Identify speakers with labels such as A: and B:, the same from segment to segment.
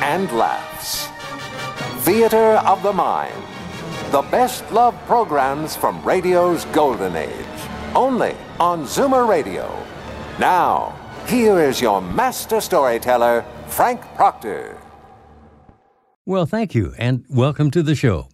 A: and laughs. Theater of the Mind. The best love programs from radio's golden age. Only on Zoomer Radio. Now, here is your master storyteller, Frank Proctor.
B: Well, thank you, and welcome to the show.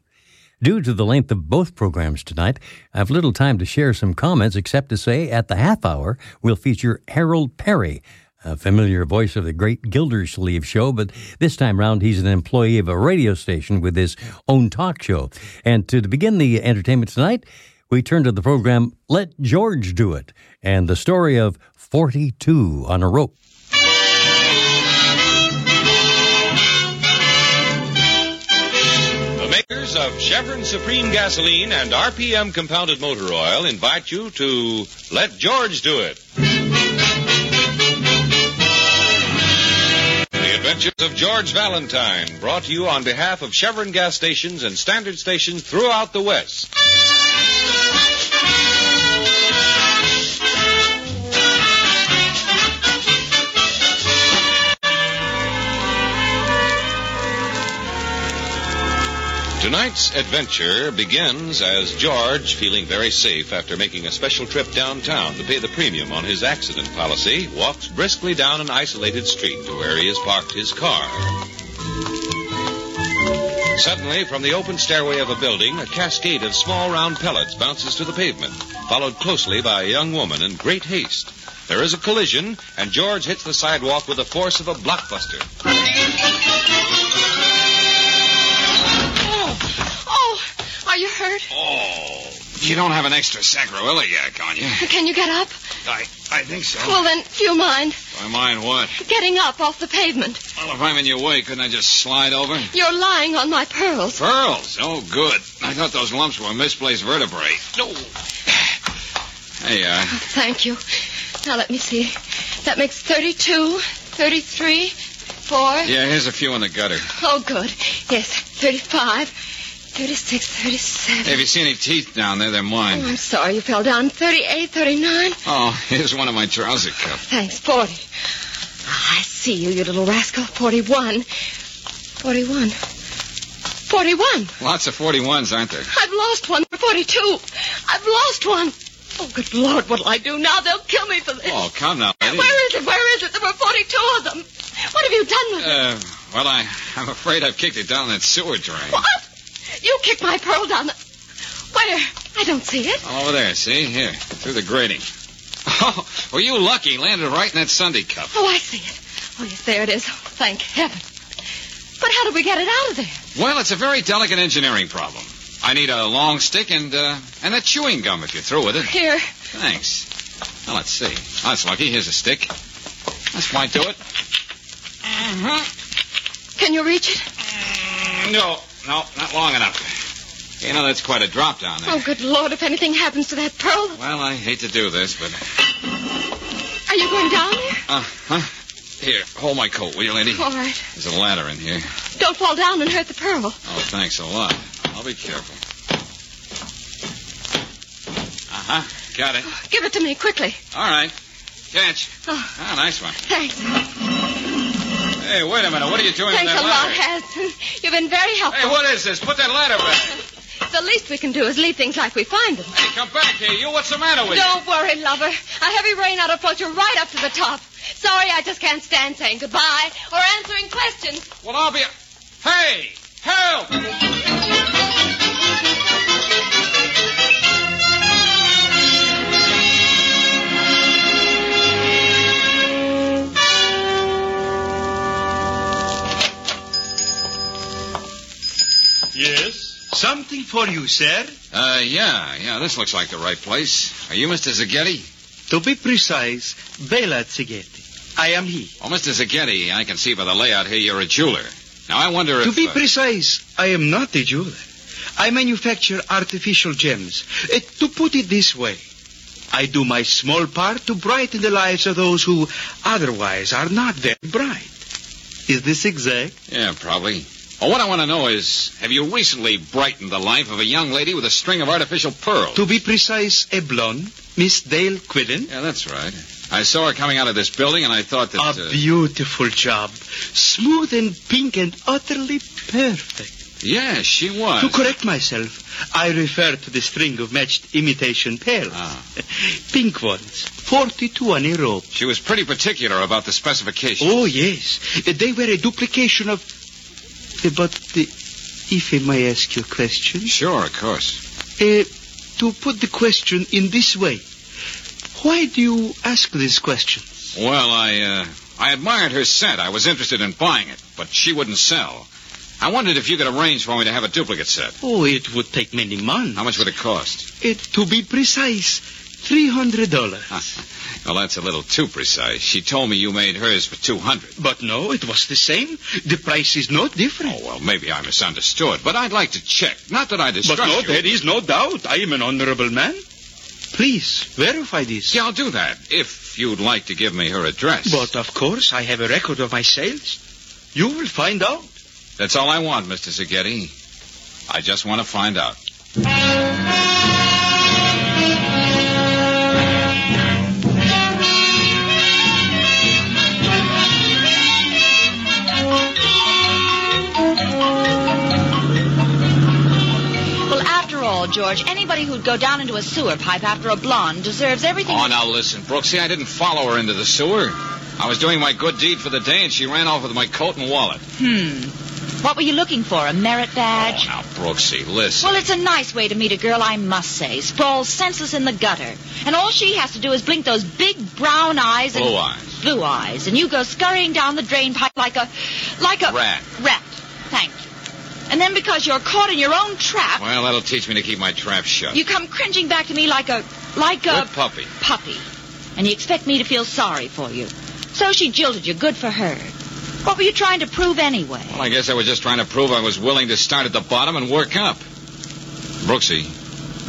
B: Due to the length of both programs tonight, I've little time to share some comments except to say at the half hour we'll feature Harold Perry, a familiar voice of the great Gildersleeve show, but this time round he's an employee of a radio station with his own talk show. And to begin the entertainment tonight, we turn to the program Let George Do It and the story of 42 on a rope.
C: The makers of Chevron Supreme Gasoline and RPM Compounded Motor Oil invite you to Let George Do It. The Adventures of George Valentine, brought to you on behalf of Chevron gas stations and standard stations throughout the West. Tonight's adventure begins as George, feeling very safe after making a special trip downtown to pay the premium on his accident policy, walks briskly down an isolated street to where he has parked his car. Suddenly, from the open stairway of a building, a cascade of small round pellets bounces to the pavement, followed closely by a young woman in great haste. There is a collision, and George hits the sidewalk with the force of a blockbuster.
D: Oh, oh, are you hurt?
E: Oh, you don't have an extra sacroiliac on you.
D: Can you get up?
E: I, I think so.
D: Well, then, if you mind,
E: I mind what?
D: getting up off the pavement.
E: Well, if I'm in your way, couldn't I just slide over?
D: You're lying on my pearls.
E: Pearls. Oh, good. I thought those lumps were misplaced vertebrae. No. Hey, uh,
D: Thank you. Now, let me see. That makes 32, 33, 4.
E: yeah, here's a few in the gutter.
D: Oh, good. Yes, 35, 36, 37.
E: Hey, if you see any teeth down there, they're
D: Oh,
E: mine.
D: I'm sorry you fell down. 38, 39.
E: Oh, here's one of my trouser cuffs.
D: Thanks, 40. Ah, I see you, you little rascal. 41. 41. 41.
E: Lots of 41s, aren't there?
D: I've lost one for 42. I've lost one. Oh, good Lord, what'll I do now? They'll kill me for this.
E: Oh, come now, lady.
D: Where is it? Where is it? There were 42 of them. What have you done with it?
E: Uh, well, I, I'm afraid I've kicked it down that sewer drain.
D: What? You kicked my pearl down the... Where? I don't see it.
E: All over there, see? Here, through the grating. Oh, were you lucky? Landed right in that Sunday cup.
D: Oh, I see it. Oh, yes, there it is. Oh, thank heaven. But how did we get it out of there?
E: Well, it's a very delicate engineering problem. I need a long stick and uh, and that chewing gum if you're through with it.
D: Here.
E: Thanks. Now let's see. That's lucky. Here's a stick. That's might do it. Mhm.
D: Can you reach it?
E: mm No, no, not long enough. You know that's quite a drop down there.
D: Oh, good Lord, if anything happens to that pearl,
E: Well, I hate to do this, but
D: are you going down there?
E: uh, huh? Here, hold my coat, will you, lady?
D: All right.
E: There's a ladder in here.
D: Don't fall down and hurt the pearl.
E: Oh, thanks a lot. I'll be careful. Uh huh. Got it.
D: Give it to me quickly.
E: All right. Catch.
D: Oh,
E: Ah, nice one.
D: thanks.
E: Hey, wait a minute. What are you doing
D: Thanks
E: with
D: a lot,
E: that
D: Harrison. You've been very
E: ladder? Hey,
D: helpful.
E: what is this? Put that ladder back.
D: The least we can do is leave things like we find them.
E: Hey, come back here. You, what's the matter with you?
D: Don't worry, lover. A heavy rain ought to float you right up to the top. Sorry, I just can't stand saying goodbye or answering questions.
E: Well, I'll be. Hey! Help!
F: Yes? Something for you, sir.
E: Uh, yeah, yeah. This looks like the right place. Are you Mr. Zaghetti?
F: To be precise, Bela Zigetti. I am he.
E: Well, Mr. Zaghetti, Oh, I can see by the layout here you're a jeweler. Now, I wonder if...
F: To be
E: uh,
F: precise, I am not a jeweler. I manufacture artificial gems. Uh, to put it this way, I do my small part to brighten the lives of those who otherwise are not very bright. Is this exact?
E: Yeah, probably. Well, what I want to know is, have you recently brightened the life of a young lady with a string of artificial pearls?
F: To be precise, a blonde, Miss Dale Quillen.
E: Yeah, that's right. I saw her coming out of this building, and I thought that...
F: a
E: uh,
F: beautiful job. Smooth and pink and utterly perfect.
E: yeah, she was.
F: To correct myself, I refer to the string of matched imitation pearls.
E: Ah.
F: Pink ones, 42 on a row.
E: She was pretty particular about the specifications.
F: Oh, yes. Uh, They were a duplication of... Uh, But uh, if I may ask you a question...
E: Sure, of course.
F: Uh, to put the question in this way, why do you ask this question?
E: Well, I, uh, I admired her set. I was interested in buying it, but she wouldn't sell. I wondered if you could arrange for me to have a duplicate set.
F: Oh, it would take many months.
E: How much would it cost?
F: It, to be precise, $300.
E: Well, that's a little too precise. She told me you made hers for 200.
F: But no, it was the same. The price is no different.
E: Oh, well, maybe I misunderstood, but I'd like to check. Not that I distrust
F: But no,
E: you.
F: there is no doubt. I am an honorable man. Please, verify this.
E: Yeah, I'll do that, if you'd like to give me her address.
F: But of course, I have a record of my sales. You will find out.
E: That's all I want, Mr. Zaghetti. I just want to find out.
G: Well, after all, George, anybody who'd go down into a sewer pipe after a blonde deserves everything.
E: Oh, now listen, Brooksy, I didn't follow her into the sewer. I was doing my good deed for the day, and she ran off with my coat and wallet.
G: Hmm. What were you looking for? A merit
E: Oh,
G: badge?
E: now, Brooksy, listen.
G: Well, it's a nice way to meet a girl, I must say. Sprawls senseless in the gutter. And all she has to do is blink those big brown eyes and
E: Blue eyes.
G: blue eyes, and you go scurrying down the drain pipe like a like a
E: Rat.
G: Rat. Thank you. And then because you're caught in your own trap,
E: Well, that'll teach me to keep my trap shut.
G: you come cringing back to me like a like a
E: Good puppy.
G: puppy, and you expect me to feel sorry for you. So she jilted you. Good for her. What were you trying to prove anyway?
E: Well, I guess I was just trying to prove I was willing to start at the bottom and work up. Brooksy,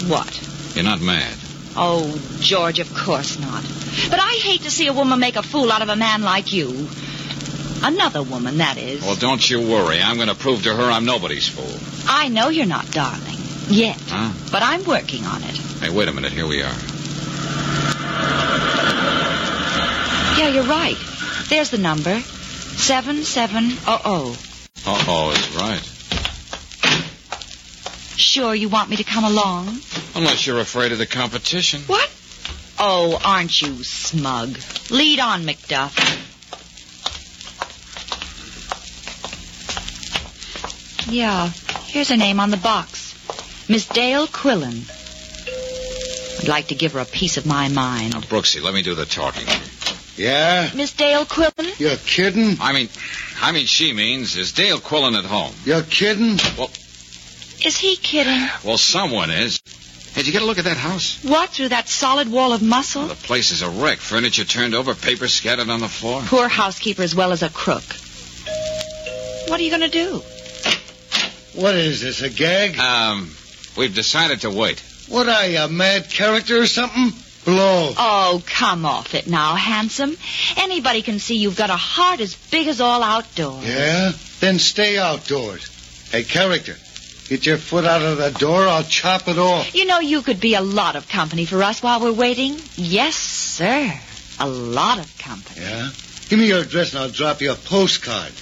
G: What?
E: you're not mad.
G: Oh, George, of course not. But I hate to see a woman make a fool out of a man like you. Another woman, that is.
E: Well, don't you worry. I'm going to prove to her I'm nobody's fool.
G: I know you're not, darling. Yet.
E: Huh?
G: But I'm working on it.
E: Hey, wait a minute. Here we are.
G: Yeah, you're right. There's the number. 7700.
E: Uh-oh, it's right.
G: Sure you want me to come along?
E: Unless you're afraid of the competition.
G: What? Oh, aren't you smug? Lead on, McDuff. Yeah, here's her name on the box. Miss Dale Quillen. I'd like to give her a piece of my mind.
E: Now, Brooksy, let me do the talking.
H: Yeah?
G: Miss Dale Quillen?
H: You're kidding?
E: I mean, I mean, she means, is Dale Quillen at home?
H: You're kidding?
G: Is he kidding?
E: Well, someone is. Hey, did you get a look at that house?
G: What, through that solid wall of muscle?
E: The place is a wreck. Furniture turned over, paper scattered on the floor.
G: Poor housekeeper as well as a crook. What are you going to do?
H: What is this, a gag?
E: Um, we've decided to wait.
H: What are you, a mad character or something? Blow.
G: Oh, come off it now, handsome. Anybody can see you've got a heart as big as all outdoors.
H: Yeah? Then stay outdoors. Hey, character, get your foot out of the door, I'll chop it off.
G: You know, you could be a lot of company for us while we're waiting. Yes, sir. A lot of company.
H: Yeah? Give me your address and I'll drop you a postcard.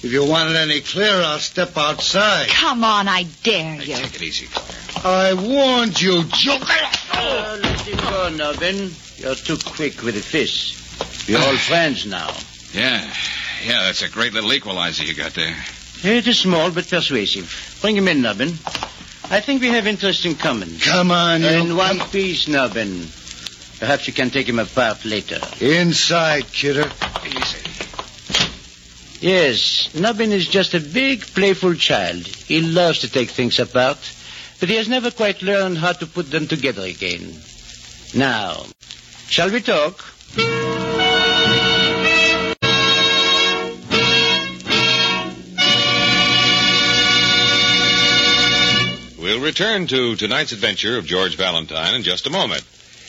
H: If you want it any clearer, I'll step outside.
G: Come on, I dare
E: Hey,
G: you.
E: take it easy, Claire.
H: I warned you, joker!
I: Oh, let him go, Nubbin. You're too quick with the fish. We're all
H: Ah.
I: friends now.
E: Yeah, yeah, that's a great little equalizer you got there.
I: It is small but persuasive. Bring him in, Nubbin. I think we have interest in common.
H: Come on, you.
I: In one piece, Nubbin. Perhaps you can take him apart later.
H: Inside, kidder.
E: Easy.
I: Yes, Nubbin is just a big, playful child. He loves to take things apart, but he has never quite learned how to put them together again. Now, shall we talk?
C: return to tonight's adventure of George Valentine in just a moment.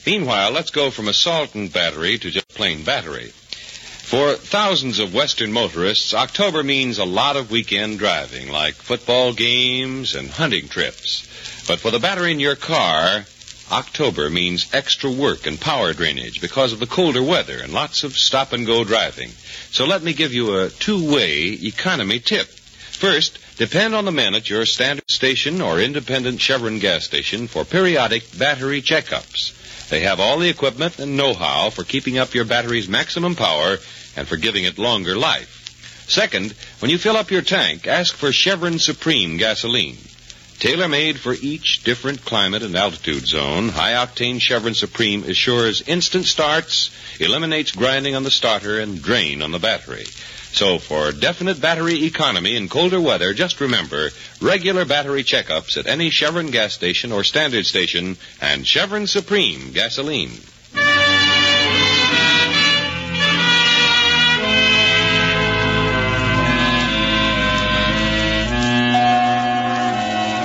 C: Meanwhile, let's go from assault and battery to just plain battery. For thousands of Western motorists, October means a lot of weekend driving, like football games and hunting trips. But for the battery in your car, October means extra work and power drainage because of the colder weather and lots of stop and go driving. So let me give you a two way economy tip. First, depend on the men at your standard station or independent Chevron gas station for periodic battery checkups. They have all the equipment and know how for keeping up your battery's maximum power and for giving it longer life. Second, when you fill up your tank, ask for Chevron Supreme gasoline. Tailor made for each different climate and altitude zone, high octane Chevron Supreme assures instant starts, eliminates grinding on the starter, and drain on the battery. So for definite battery economy in colder weather, just remember regular battery checkups at any Chevron gas station or standard station and Chevron Supreme gasoline.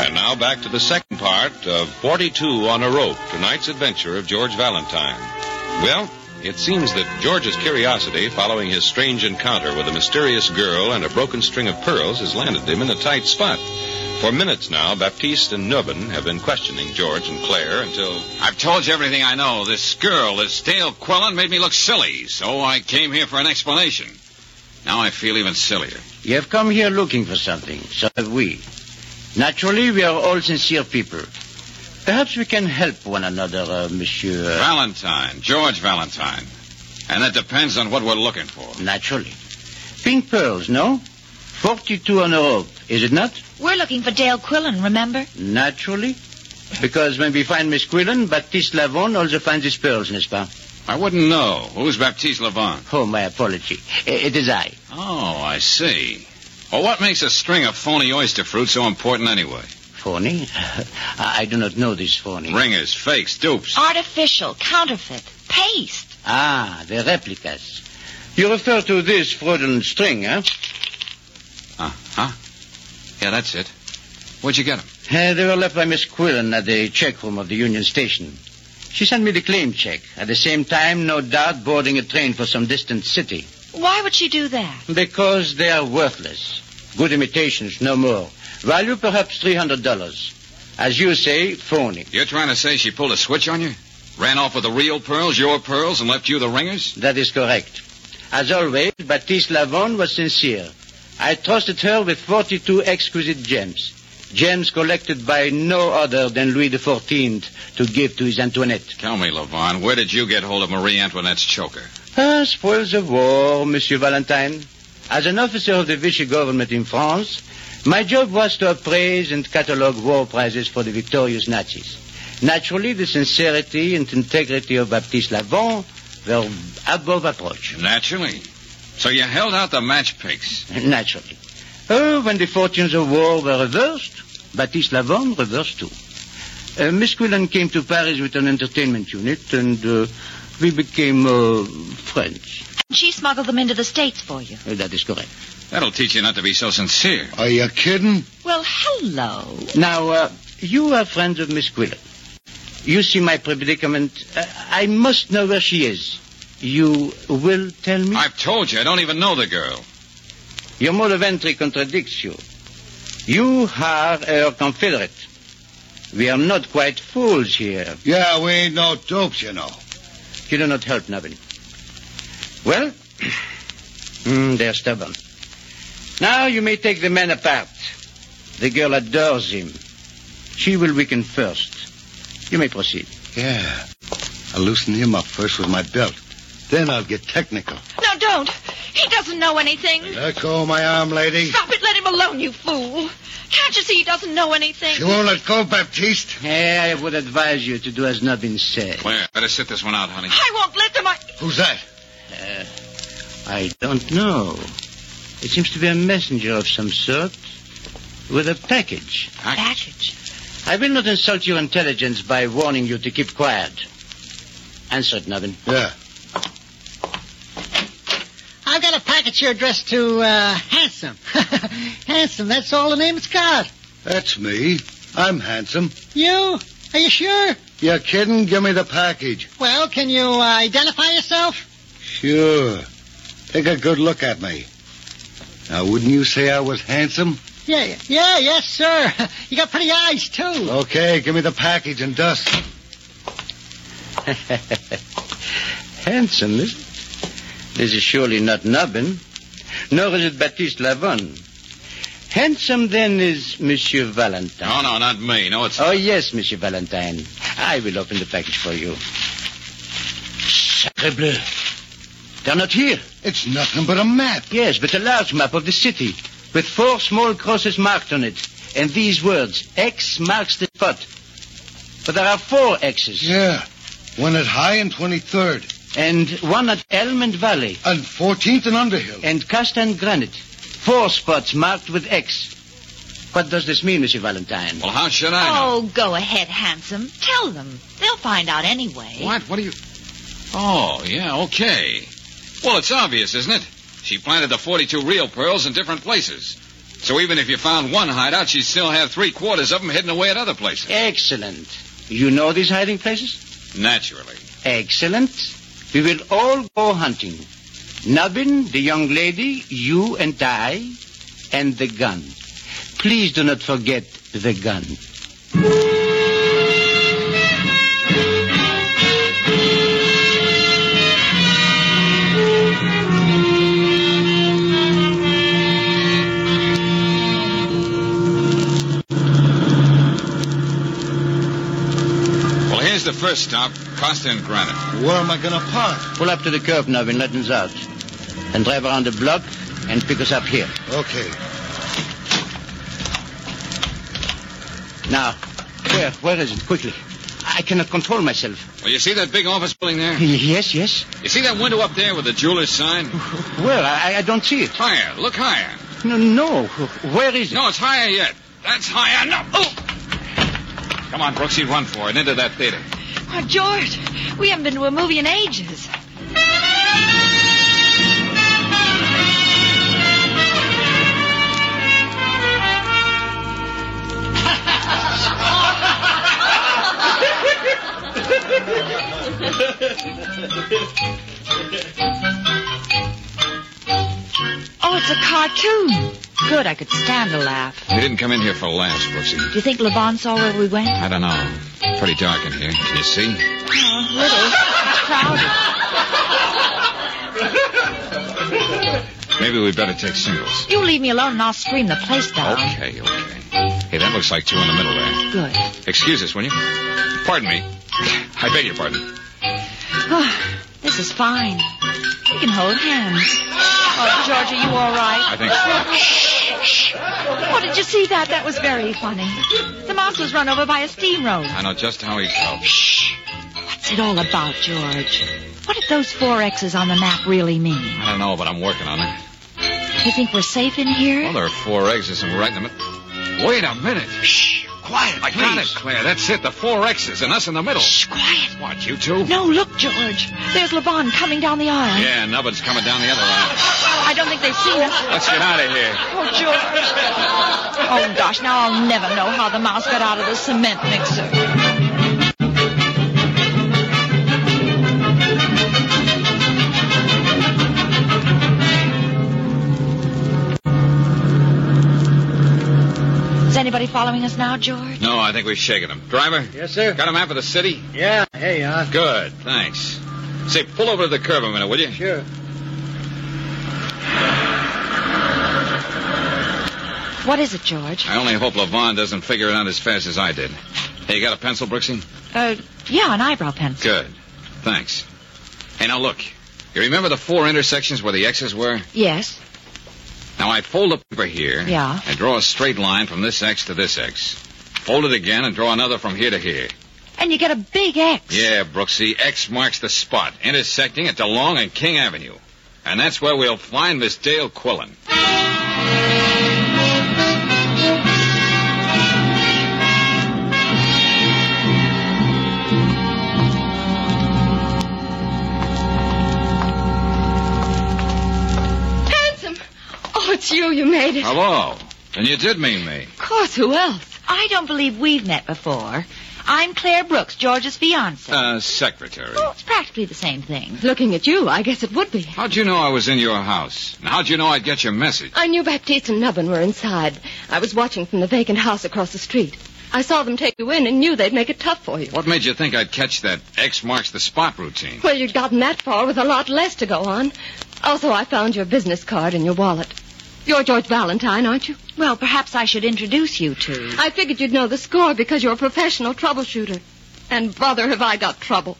C: And now back to the second part of 42 on a Rope, tonight's adventure of George Valentine. Well, it seems that George's curiosity following his strange encounter with a mysterious girl and a broken string of pearls has landed him in a tight spot. For minutes now, Baptiste and Nubin have been questioning George and Claire until.
E: I've told you everything I know. This girl, this Dale Quillen, made me look silly, so I came here for an explanation. Now I feel even sillier.
I: You have come here looking for something, so have we. Naturally, we are all sincere people. Perhaps we can help one another, uh, Monsieur. uh,
E: Valentine, George Valentine. And that depends on what we're looking for.
I: Naturally. Pink pearls, no? 42 on a rope, is it not?
G: We're looking for Dale Quillen, remember?
I: Naturally. Because when we find Miss Quillen, Baptiste Lavon also finds his pearls, n'est-ce pas?
E: I wouldn't know. Who's Baptiste Levant?
I: Oh, my apology. I- It is I.
E: Oh, I see. Well, what makes a string of phony oyster fruit so important anyway?
I: Phony? I I do not know this phony.
E: Ringers, fakes, dupes.
G: Artificial, counterfeit, paste.
I: Ah, the replicas. You refer to this fraudulent string, eh? huh?
E: Uh huh. Yeah, that's it. Where'd you get them?
I: Uh, they were left by Miss Quillen at the check room of the Union Station. She sent me the claim check. At the same time, no doubt, boarding a train for some distant city.
G: Why would she do that?
I: Because they are worthless. Good imitations, no more. Value perhaps $300. As you say, phony.
E: You're trying to say she pulled a switch on you? Ran off with the real pearls, your pearls, and left you the ringers?
I: That is correct. As always, Baptiste Lavon was sincere. I trusted her with 42 exquisite gems. Gems collected by no other than Louis XIV to give to his Antoinette.
E: Tell me, Levon, where did you get hold of Marie Antoinette's choker?
I: Ah, spoils of war, Monsieur Valentine. As an officer of the Vichy government in France, my job was to appraise and catalogue war prizes for the victorious Nazis. Naturally, the sincerity and integrity of Baptiste Lavon were above approach.
E: Naturally. So you held out the match picks.
I: Naturally. Oh, when the fortunes of war were reversed, Baptiste Lavon reversed too. Uh, Miss Quillan came to Paris with an entertainment unit, and uh, we became uh, friends.
G: She smuggled them into the States for you.
I: Uh, that is correct.
E: That'll teach you not to be so sincere.
H: Are you kidding?
G: Well, hello.
I: Now, uh, you are friends of Miss Quillan. You see my predicament. Uh, I must know where she is. You will tell me?
E: I've told you, I don't even know the girl.
I: Your mode of entry contradicts you. You are her confederate. We are not quite fools here.
H: Yeah, we ain't no dopes, you know.
I: You do not help, Nobby. Well, mm, they're stubborn. Now you may take the man apart. The girl adores him. She will weaken first. You may proceed.
H: Yeah. I'll loosen him up first with my belt. Then I'll get technical.
D: No, don't. He doesn't know anything.
H: Let go of my arm, lady.
D: Stop it. Let him alone, you fool. Can't you see he doesn't know anything?
H: She won't let go, Baptiste.
I: Eh, I would advise you to do as Nubbin said.
E: Claire, better sit this one out, honey.
D: I won't let them. I...
H: Who's that?
I: Uh, I don't know. It seems to be a messenger of some sort with a package.
G: Package.
I: I will not insult your intelligence by warning you to keep quiet. Answer it, Nubbin.
H: Yeah.
J: I've got a package here addressed to uh, Handsome. Handsome, that's all the name's got.
H: That's me. I'm handsome.
J: You? Are you sure?
H: You're kidding? Give me the package.
J: Well, can you uh, identify yourself?
H: Sure. Take a good look at me. Now, wouldn't you say I was handsome?
J: Yeah, yeah, yes, sir. You got pretty eyes, too.
H: Okay, give me the package and dust.
I: Handsome, is it? This is surely not Nubbin, nor is it Baptiste Lavon. Handsome, then, is Monsieur Valentine.
E: No, no, not me. No, it's.
I: Oh, yes, Monsieur Valentine. I will open the package for you. Sacre bleu. They're not here.
H: It's nothing but a map.
I: Yes, but a large map of the city with four small crosses marked on it. And these words, X marks the spot. But there are four X's.
H: Yeah. One at High and 23rd,
I: And one at Elm and Valley.
H: and 14th and Underhill.
I: and cast and granite. Four spots marked with X. What does this mean, Monsieur Valentine?
E: Well, how should I know?
G: Oh, go ahead, handsome. Tell them. They'll find out anyway.
E: What? What are you. Oh, yeah, okay. Well, it's obvious, isn't it? She planted the 42 real pearls in different places. So even if you found one hideout, she'd still have three quarters of them hidden away at other places.
I: Excellent. You know these hiding places?
E: Naturally.
I: Excellent. We will all go hunting. Nubbin, the young lady, you and I, and the gun. Please do not forget the gun.
E: Well, here's the first stop, Costa and Granite.
H: Where am I going to park?
I: Pull up to the curb, Nubbin. Let us out. And drive around the block and pick us up here.
H: Okay.
I: Now, where? Where is it? Quickly. I cannot control myself.
E: Well, you see that big office building there?
I: Yes, yes.
E: You see that window up there with the jeweler's sign?
I: Where? I, I don't see it.
E: Higher. Look higher.
I: No, no. Where is it?
E: No, it's higher yet. That's higher. No. Oh! Come on, Brooksy, run for it and into that theater.
G: Why, Oh, George, we haven't been to a movie in ages. Oh, it's a cartoon. Good, I could stand a laugh.
E: We didn't come in here for laughs, Brooksy.
G: Do you think Levon saw where we went?
E: I don't know. Pretty dark in here. Can you see?
G: Oh, a little. It's crowded.
E: Maybe we better take singles.
G: You leave me alone and I'll scream the place down.
E: Okay, okay. Hey, that looks like two in the middle there.
G: Good.
E: Excuse us, will you? Pardon me. I beg your pardon.
G: Oh, this is fine. We can hold hands. Oh, George, are you all right?
E: I think so.
G: Oh, did you see that? That was very funny. The mouse was run over by a steam road.
E: I know just how he felt.
G: What's it all about, George? What did those four X's on the map really mean?
E: I don't know, but I'm working on it.
G: You think we're safe in here?
E: Well, there are four exits, and we're right in the middle. Wait a minute. Shh. Quiet, I got it, Claire. That's it. The four X's and us in the middle.
G: Shh, quiet.
E: What, you two?
G: No, look, George. There's Levon coming down the aisle.
E: Yeah, Nubbin's coming down the other aisle.
G: I don't think they've seen us.
E: Let's get out of here.
G: Oh, George. Oh, gosh, now I'll never know how the mouse got out of the cement mixer. Is anybody following us now, George?
E: No, I think we've shaken him. Driver?
I: Yes, sir.
E: Got a map of the city?
I: Yeah, hey, uh,
E: Good, thanks. Say, pull over to the curb a minute, will you?
I: sure.
G: What is it, George?
E: I only hope Levon doesn't figure it out as fast as I did. Hey, you got a pencil, Brooksy?
G: Uh, yeah, an eyebrow pencil.
E: Good. Thanks. Hey, now look. You remember the four intersections where the X's were?
G: Yes.
E: Now I fold up paper here.
G: Yeah.
E: And draw a straight line from this X to this X. Fold it again and draw another from here to here.
G: And you get a big X.
E: Yeah, Brooksy, X marks the spot, intersecting at DeLong and King Avenue. And that's where we'll find Miss Dale Quillen.
D: Handsome. Oh, it's you. You made it.
E: Hello. And you did mean me.
D: Oh, Of course. Who else?
G: I don't believe we've met before. I'm Claire Brooks, George's fiance.
E: Uh, secretary.
G: It's practically the same thing.
D: Looking at you, I guess it would be.
E: How'd you know I was in your house? And how'd you know I'd get your message?
D: I knew Baptiste and Nubbin were inside. I was watching from the vacant house across the street. I saw them take you in and knew they'd make it tough for you.
E: What made you think I'd catch that X marks the spot routine?
D: Well, you'd gotten that far with a lot less to go on. Also, I found your business card in your wallet. You're George Valentine, aren't you?
G: Well, perhaps I should introduce you to.
D: I figured you'd know the score because you're a professional troubleshooter. And brother, have I got trouble.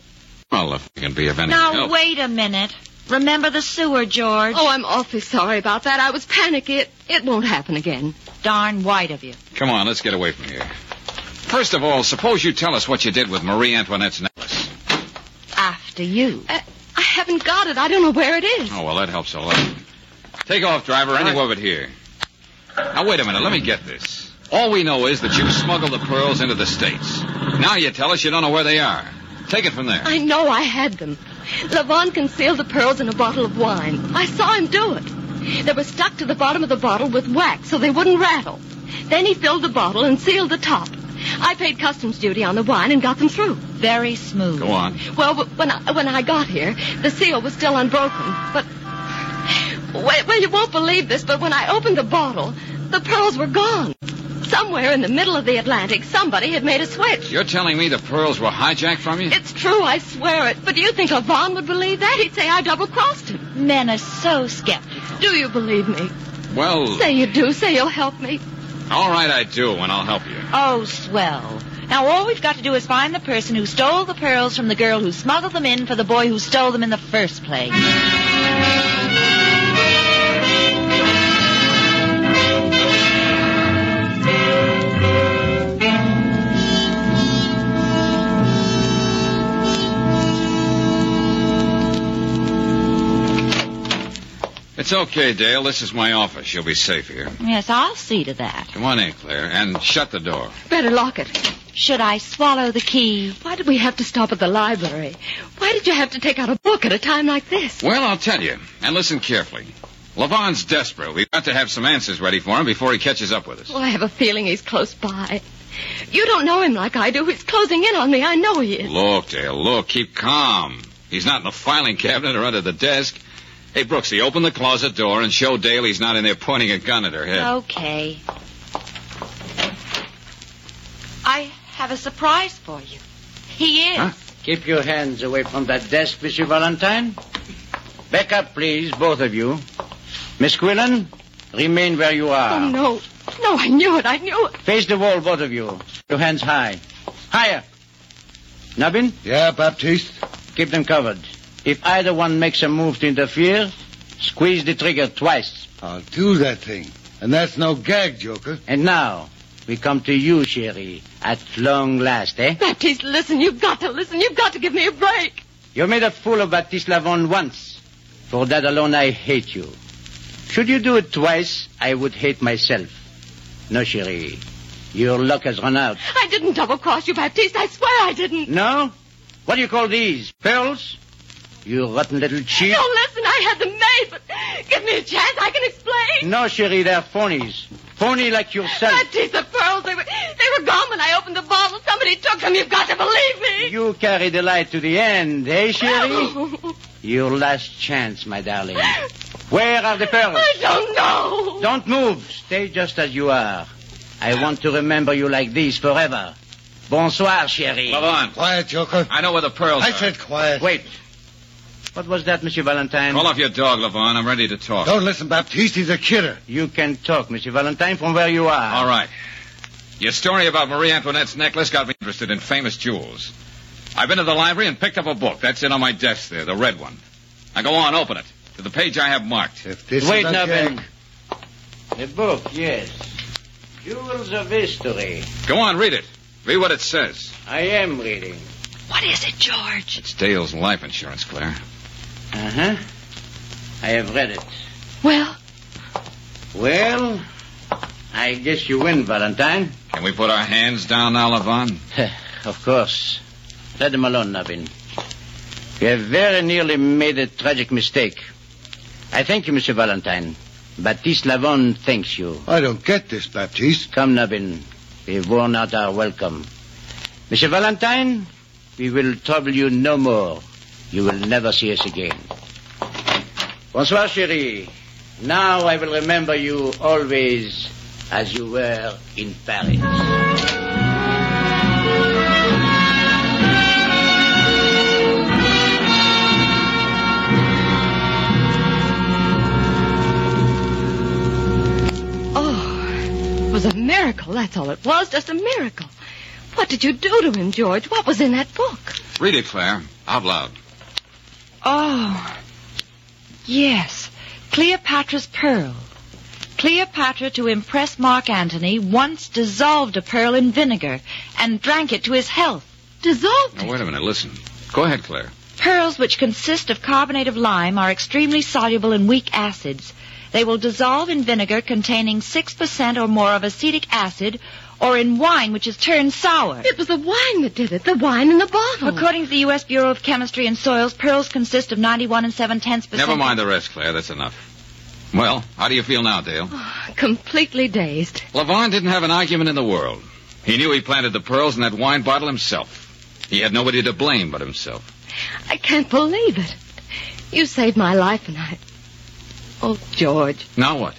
E: Well, if I can be of any
G: Now,
E: help.
G: wait a minute. Remember the sewer, George.
D: Oh, I'm awfully sorry about that. I was panicky. It, it won't happen again.
G: Darn white of you.
E: Come on, let's get away from here. First of all, suppose you tell us what you did with Marie Antoinette's necklace.
G: After you.
D: Uh, I haven't got it. I don't know where it is.
E: Oh, well, that helps a lot. Take off, driver, anywhere but here. Now, wait a minute. Let me get this. All we know is that you smuggled the pearls into the States. Now you tell us you don't know where they are. Take it from there.
D: I know I had them. Levon concealed the pearls in a bottle of wine. I saw him do it. They were stuck to the bottom of the bottle with wax so they wouldn't rattle. Then he filled the bottle and sealed the top. I paid customs duty on the wine and got them through.
G: Very smooth.
E: Go on.
D: Well, w- when I, when I got here, the seal was still unbroken. But well, well, you won't believe this, but when I opened the bottle, the pearls were gone. Somewhere in the middle of the Atlantic, somebody had made a switch.
E: You're telling me the pearls were hijacked from you?
D: It's true, I swear it. But do you think Levon would believe that? He'd say I double crossed him.
G: Men are so skeptical.
D: Do you believe me?
E: Well,
D: Say you do. Say you'll help me.
E: all right, I do, and I'll help you.
G: Oh, swell. Now, all we've got to do is find the person who stole the pearls from the girl who smuggled them in for the boy who stole them in the first place.
E: It's okay, Dale. This is my office. You'll be safe here.
G: Yes, I'll see to that.
E: Come on in, Claire, and shut the door.
D: Better lock it.
G: Should I swallow the key?
D: Why did we have to stop at the library? Why did you have to take out a book at a time like this?
E: Well, I'll tell you. And listen carefully. Levon's desperate. We've got to have some answers ready for him before he catches up with us.
D: Well, Oh, I have a feeling he's close by. You don't know him like I do. He's closing in on me. I know he is.
E: Look, Dale, look. Keep calm. He's not in the filing cabinet or under the desk. Hey, Brooksy, open the closet door and show Dale he's not in there pointing a gun at her head.
G: Okay. I have a surprise for you. He is.
E: Huh?
I: Keep your hands away from that desk, Monsieur Valentine. Back up, please, both of you. Miss Quillan, remain where you are.
D: Oh, no. No, I knew it. I knew it.
I: Face the wall, both of you. Your hands high. Higher. Nubbin,
H: Yeah, Baptiste?
I: keep them covered. If either one makes a move to interfere, squeeze the trigger twice.
H: I'll do that thing. And that's no gag, Joker.
I: And now, we come to you, Sherry, at long last, eh?
D: Baptiste, listen. You've got to listen. You've got to give me a break.
I: You made a fool of Baptiste Lavon once. For that alone, I hate you. Should you do it twice, I would hate myself. No, Cherie. Your luck has run out.
D: I didn't double cross you, Baptiste. I swear I didn't.
I: No? What do you call these? Pearls? You rotten little cheat.
D: No, listen. I had them made, but give me a chance. I can explain.
I: No, Cherie, they're phonies. Phony like yourself.
D: Baptiste, the pearls, they were, they were gone when I opened the bottle. Somebody took them. You've got to believe me. Oh.
I: You carry the light to the end, eh, Cherie? Your last chance, my darling. Where are the pearls?
D: I don't know.
I: Don't move. Stay just as you are. I want to remember you like this forever. Bonsoir, chérie.
E: Levon,
H: Quiet, Joker.
E: I know where the pearls
H: I
E: are.
H: said quiet.
I: Wait. What was that, Monsieur Valentine?
E: Call off your dog, Levon. I'm ready to talk.
H: Don't listen, Baptiste. He's a kidder.
I: You can talk, Monsieur Valentine, from where you are.
E: All right. Your story about Marie Antoinette's necklace got me interested in famous jewels. I've been to the library and picked up a book. That's it on my desk there, the red one. Now go on, open it. To the page I have marked.
H: If this
I: Wait,
H: is a
I: Nubbin.
H: gag-
I: The book, yes. Jewels of History.
E: Go on, read it. Read what it says.
I: I am reading.
G: What is it, George?
E: It's Dale's life insurance, Claire.
I: Uh huh. I have read it.
D: Well,
I: Well, I guess you win, Valentine.
E: Can we put our hands down now, Levon?
I: of course. Let them alone, Nubbin. You have very nearly made a tragic mistake. I thank you, Monsieur Valentine. Baptiste Lavon thanks you.
H: I don't get this, Baptiste.
I: Come, Nubbin. We've worn out our welcome. Monsieur Valentine, we will trouble you no more. You will never see us again. Bonsoir, chérie. Now I will remember you always as you were in Paris.
D: Oh, It was a miracle, that's all it was, just a miracle. What did you do to him, George? What was in that book?
E: Read it, Claire, out loud.
G: Oh, yes. Cleopatra's Pearl. Cleopatra, to impress Mark Antony, once dissolved a pearl in vinegar and drank it to his health.
D: Dissolved?
E: Now, wait a minute, listen. Go ahead, Claire.
G: Pearls, which consist of carbonate of lime, are extremely soluble in weak acids. They will dissolve in vinegar containing 6% or more of acetic acid or in wine which is turned sour.
D: It was the wine that did it, the wine in the bottle.
G: According to the U.S. Bureau of Chemistry and Soils, pearls consist of 91 and 7 tenths percent.
E: Never mind the rest, Claire. That's enough. Well, how do you feel now, Dale?
D: Completely dazed.
E: Levon didn't have an argument in the world. He knew he planted the pearls in that wine bottle himself. He had nobody to blame but himself.
D: I can't believe it. You saved my life, and I. Oh, George,
E: Now what?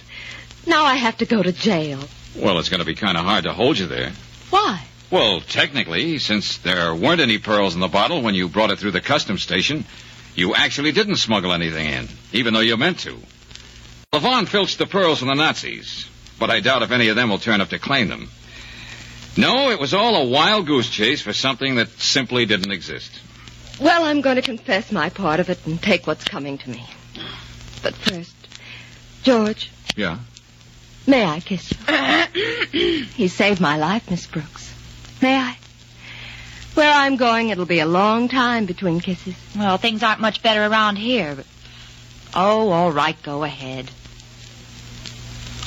D: now I have to go to jail.
E: Well, it's going to be kind of hard to hold you there.
D: Why?
E: Well, technically, since there weren't any pearls in the bottle when you brought it through the customs station, you actually didn't smuggle anything in, even though you meant to. Levon filched the pearls from the Nazis, but I doubt if any of them will turn up to claim them. No, it was all a wild goose chase for something that simply didn't exist.
D: Well, I'm going to confess my part of it and take what's coming to me. But first, George,
E: Yeah.
D: may I kiss you? he saved my life, Miss Brooks. May I? Where I'm going, it'll be a long time between kisses.
G: Well, things aren't much better around here. But... Oh, all right, go ahead.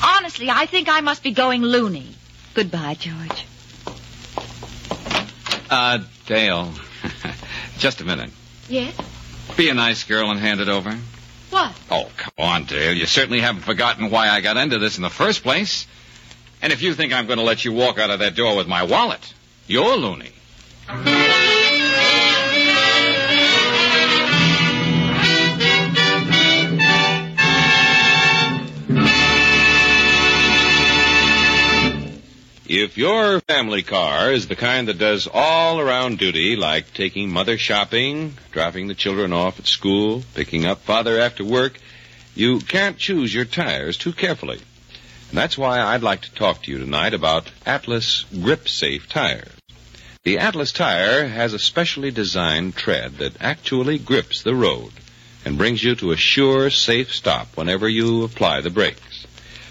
G: Honestly, I think I must be going loony.
D: Goodbye, George.
E: Uh, Dale. Just a minute.
D: Yes?
E: Be a nice girl and hand it over.
D: What?
E: Oh, come on, Dale. You certainly haven't forgotten why I got into this in the first place. And if you think I'm going to let you walk out of that door with my wallet, you're loony.
C: If your family car is the kind that does all around duty, like taking mother shopping, dropping the children off at school, picking up father after work, you can't choose your tires too carefully. And that's why I'd like to talk to you tonight about Atlas Grip Safe Tires. The Atlas tire has a specially designed tread that actually grips the road and brings you to a sure, safe stop whenever you apply the brakes.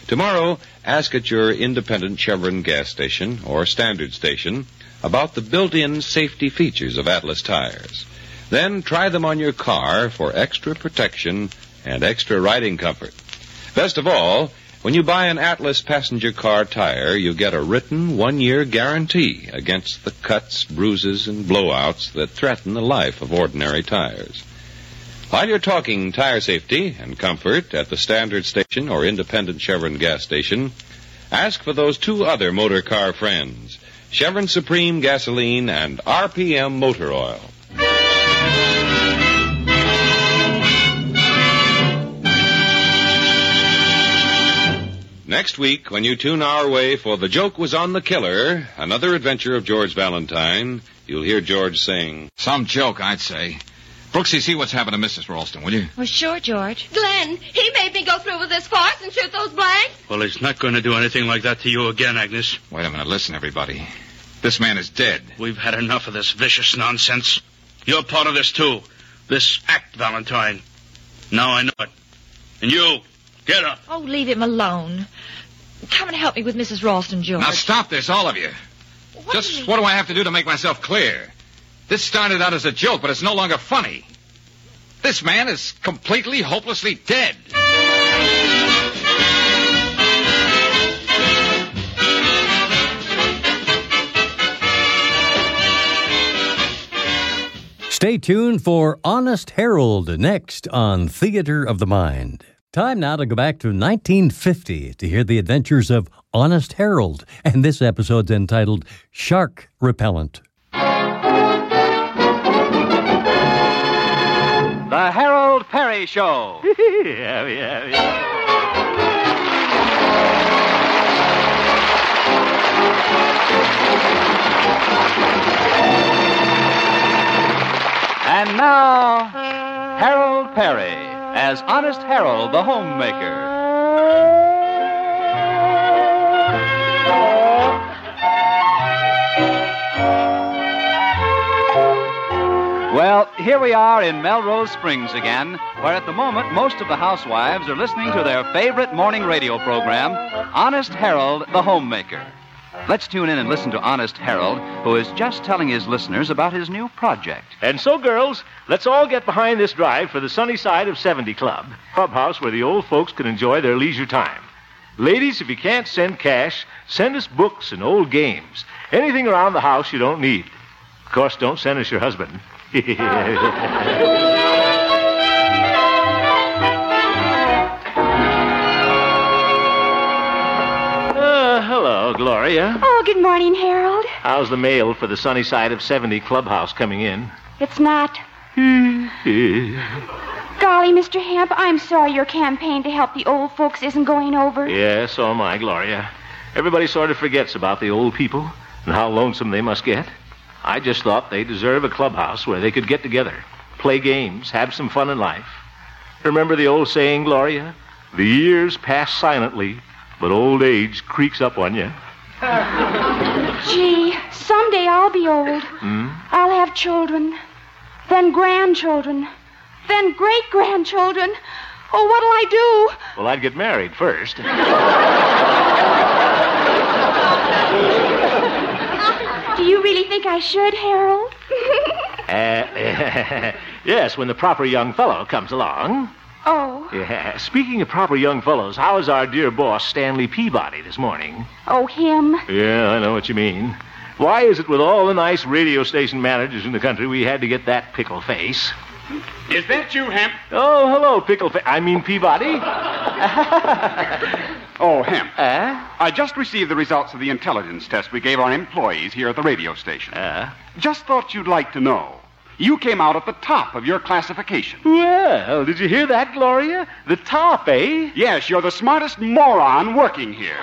C: Tomorrow, ask at your independent Chevron gas station or standard station about the built-in safety features of Atlas tires. Then try them on your car for extra protection and extra riding comfort. Best of all, when you buy an Atlas passenger car tire, you get a written one-year guarantee against the cuts, bruises, and blowouts that threaten the life of ordinary tires. While you're talking tire safety and comfort at the standard station or independent Chevron gas station, ask for those two other motor car friends, Chevron Supreme Gasoline and RPM Motor Oil. Next week, when you tune our way for The Joke Was on the Killer, another adventure of George Valentine, you'll hear George saying,
E: Some joke, I'd say. Brooksy, see what's happened to Mrs. Ralston, will you?
G: Well, sure, George.
D: Glenn, he made me go through with this farce and shoot those blanks.
F: Well, he's not going to do anything like that to you again, Agnes.
E: Wait a minute. Listen, everybody. This man is dead.
F: We've had enough of this vicious nonsense. You're part of this, too. This act, Valentine. Now I know it. And you, get up.
G: Oh, leave him alone. Come and help me with Mrs. Ralston, George.
E: Now stop this, all of you.
G: What do
E: Just
G: you-
E: what do I have to do to make myself clear? This started out as a joke, but it's no longer funny. This man is completely, hopelessly dead.
B: Stay tuned for Honest Harold next on Theater of the Mind. Time now to go back to 1950 to hear the adventures of Honest Harold, and this episode's entitled Shark Repellent.
K: The Harold Perry Show. yeah, yeah, yeah. And now, Harold Perry as Honest Harold the Homemaker. Well, here we are in Melrose Springs again, where at the moment most of the housewives are listening to their favorite morning radio program, Honest Harold the Homemaker. Let's tune in and listen to Honest Harold, who is just telling his listeners about his new project.
L: And so, girls, let's all get behind this drive for the sunny side of 70 Club, clubhouse where the old folks can enjoy their leisure time. Ladies, if you can't send cash, send us books and old games. Anything around the house you don't need. Of course, don't send us your husband. Uh, hello, Gloria.
M: Oh, good morning, Harold.
L: How's the mail for the sunny side of 70 Clubhouse coming in?
M: It's not. Hmm. Golly, Mr. Hamp, I'm sorry your campaign to help the old folks isn't going over.
L: Yeah, so am I, Gloria. Everybody sort of forgets about the old people and how lonesome they must get. I just thought they deserve a clubhouse where they could get together, play games, have some fun in life. Remember the old saying, Gloria? The years pass silently, but old age creeps up on you.
M: Gee, someday I'll be old.
L: Hmm?
M: I'll have children, then grandchildren, then great grandchildren. Oh, what'll I do?
L: Well, I'd get married first.
M: Do you really think I should, Harold?
L: Uh, yes, when the proper young fellow comes along.
M: Oh,
L: Yeah. Speaking of proper young fellows, how is our dear boss, Stanley Peabody, this morning?
M: oh, him.
L: Yeah, I know what you mean. Why is it with all the nice radio station managers in the country we had to get that pickle face?
N: Is that you, Hemp?
L: Oh, hello, pickle face. I mean Peabody.
N: Oh, Hemp.
L: Eh?
N: I just received the results of the intelligence test we gave our employees here at the radio station.
L: Eh?
N: Just thought you'd like to know. You came out at the top of your classification.
L: Well, did you hear that, Gloria? The top, eh?
N: Yes, you're the smartest moron working here.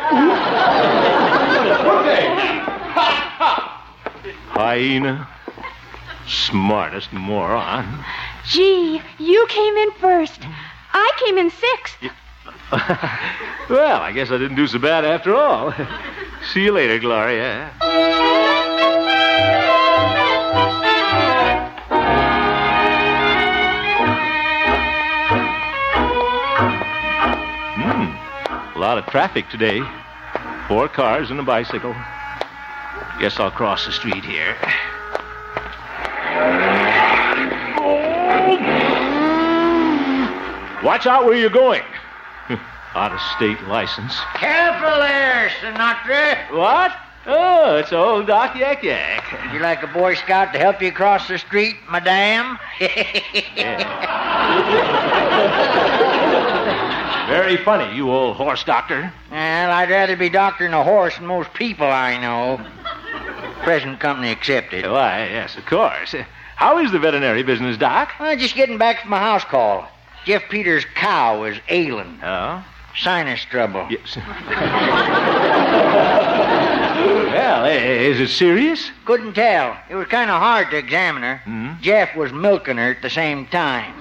L: Hyena. Smartest moron.
M: Gee, you came in first. I came in sixth.
L: Well, I guess I didn't do so bad after all. See you later, Gloria. Hmm. A lot of traffic today. Four cars and a bicycle. Guess I'll cross the street here. Watch out where you're going. Out of state license.
O: Careful there, Sinatra.
L: What? Oh, it's old Doc Yak Yak.
O: Would you like a Boy Scout to help you cross the street, madame?
L: Very funny, you old horse doctor.
O: Well, I'd rather be doctoring a horse than most people I know. Present company accepted.
L: Why, yes, of course. How is the veterinary business, Doc?
O: Well, just getting back from a house call. Jeff Peters' cow is ailing.
L: Oh?
O: Sinus trouble.
L: Yes. Well, eh, is it serious? Hmm?
O: Couldn't tell. It was kind of hard to examine her. Jeff was milking her at the same time.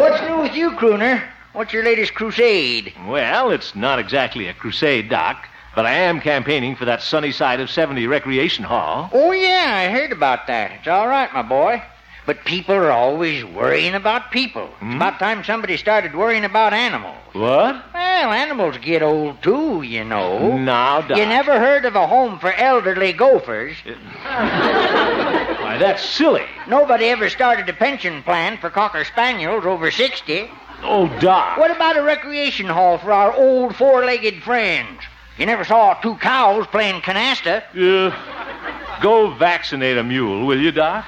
O: What's new with you, Crooner? What's your latest crusade?
L: Well, it's not exactly a crusade, Doc, but I am campaigning for that sunny side of 70 Recreation Hall.
O: Oh, yeah, I heard about that. It's all right, my boy. But people are always worrying about people. It's about time somebody started worrying about animals.
L: Hmm? What?
O: Well, animals get old too, you know.
L: Now, Doc.
O: You never heard of a home for elderly gophers.
L: Why, that's silly.
O: Nobody ever started a pension plan for cocker spaniels over 60.
L: Oh, Doc.
O: What about a recreation hall for our old four legged friends? You never saw two cows playing canasta.
L: Yeah. Go vaccinate a mule, will you, Doc?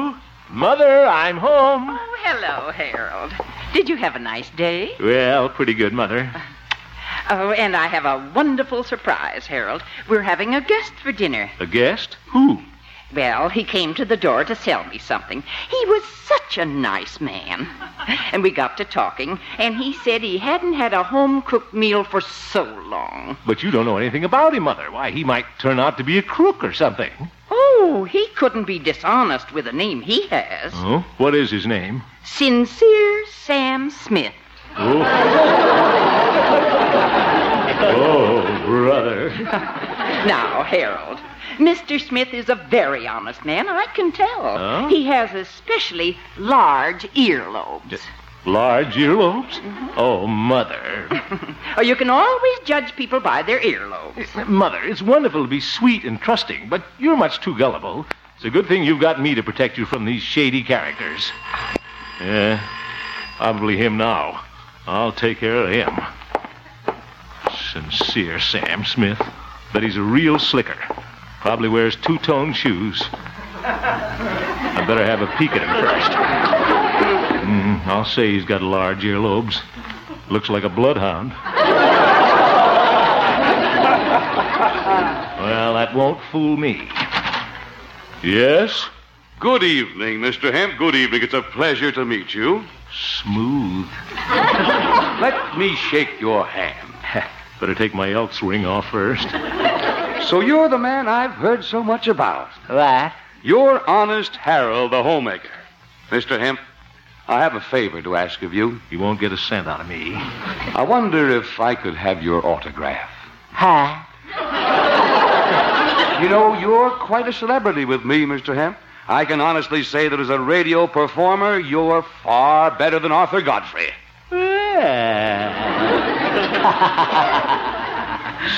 L: I'm home.
P: Oh, hello, Harold. Did you have a nice day?
L: Well, pretty good, Mother.
P: Oh, and I have a wonderful surprise, Harold. We're having a guest for dinner.
L: A guest? Who?
P: Well, he came to the door to sell me something. He was such a nice man. And we got to talking, and he said he hadn't had a home cooked meal for so long.
L: But you don't know anything about him, Mother. Why, he might turn out to be a crook or something.
P: Oh, he couldn't be dishonest with the name he has.
L: Oh? What is his name?
P: Sincere Sam Smith.
L: Oh, brother.
P: Now, Harold, Mr. Smith is a very honest man, I can tell.
L: Huh?
P: He has especially large earlobes.
L: Large earlobes? Oh, Mother.
P: Oh, you can always judge people by their earlobes.
L: Eh, Mother, it's wonderful to be sweet and trusting, but you're much too gullible. It's a good thing you've got me to protect you from these shady characters. Yeah, probably him now. I'll take care of him. Sincere Sam Smith. But he's a real slicker. Probably wears two tone shoes. I better have a peek at him first. Mm, I'll say he's got large earlobes. Looks like a bloodhound. Well, that won't fool me. Yes?
Q: Good evening, Mr. Hemp. Good evening. It's a pleasure to meet you.
L: Smooth.
Q: Let me shake your hand.
L: Better take my Elks ring off first.
Q: So you're the man I've heard so much about. That? You're Honest Harold, the homemaker. Mr. Hemp, I have a favor to ask of you.
L: You won't get a cent out of me.
Q: I wonder if I could have your autograph.
O: Huh?
Q: You know, you're quite a celebrity with me, Mr. Hemp. I can honestly say that as a radio performer, you're far better than Arthur Godfrey.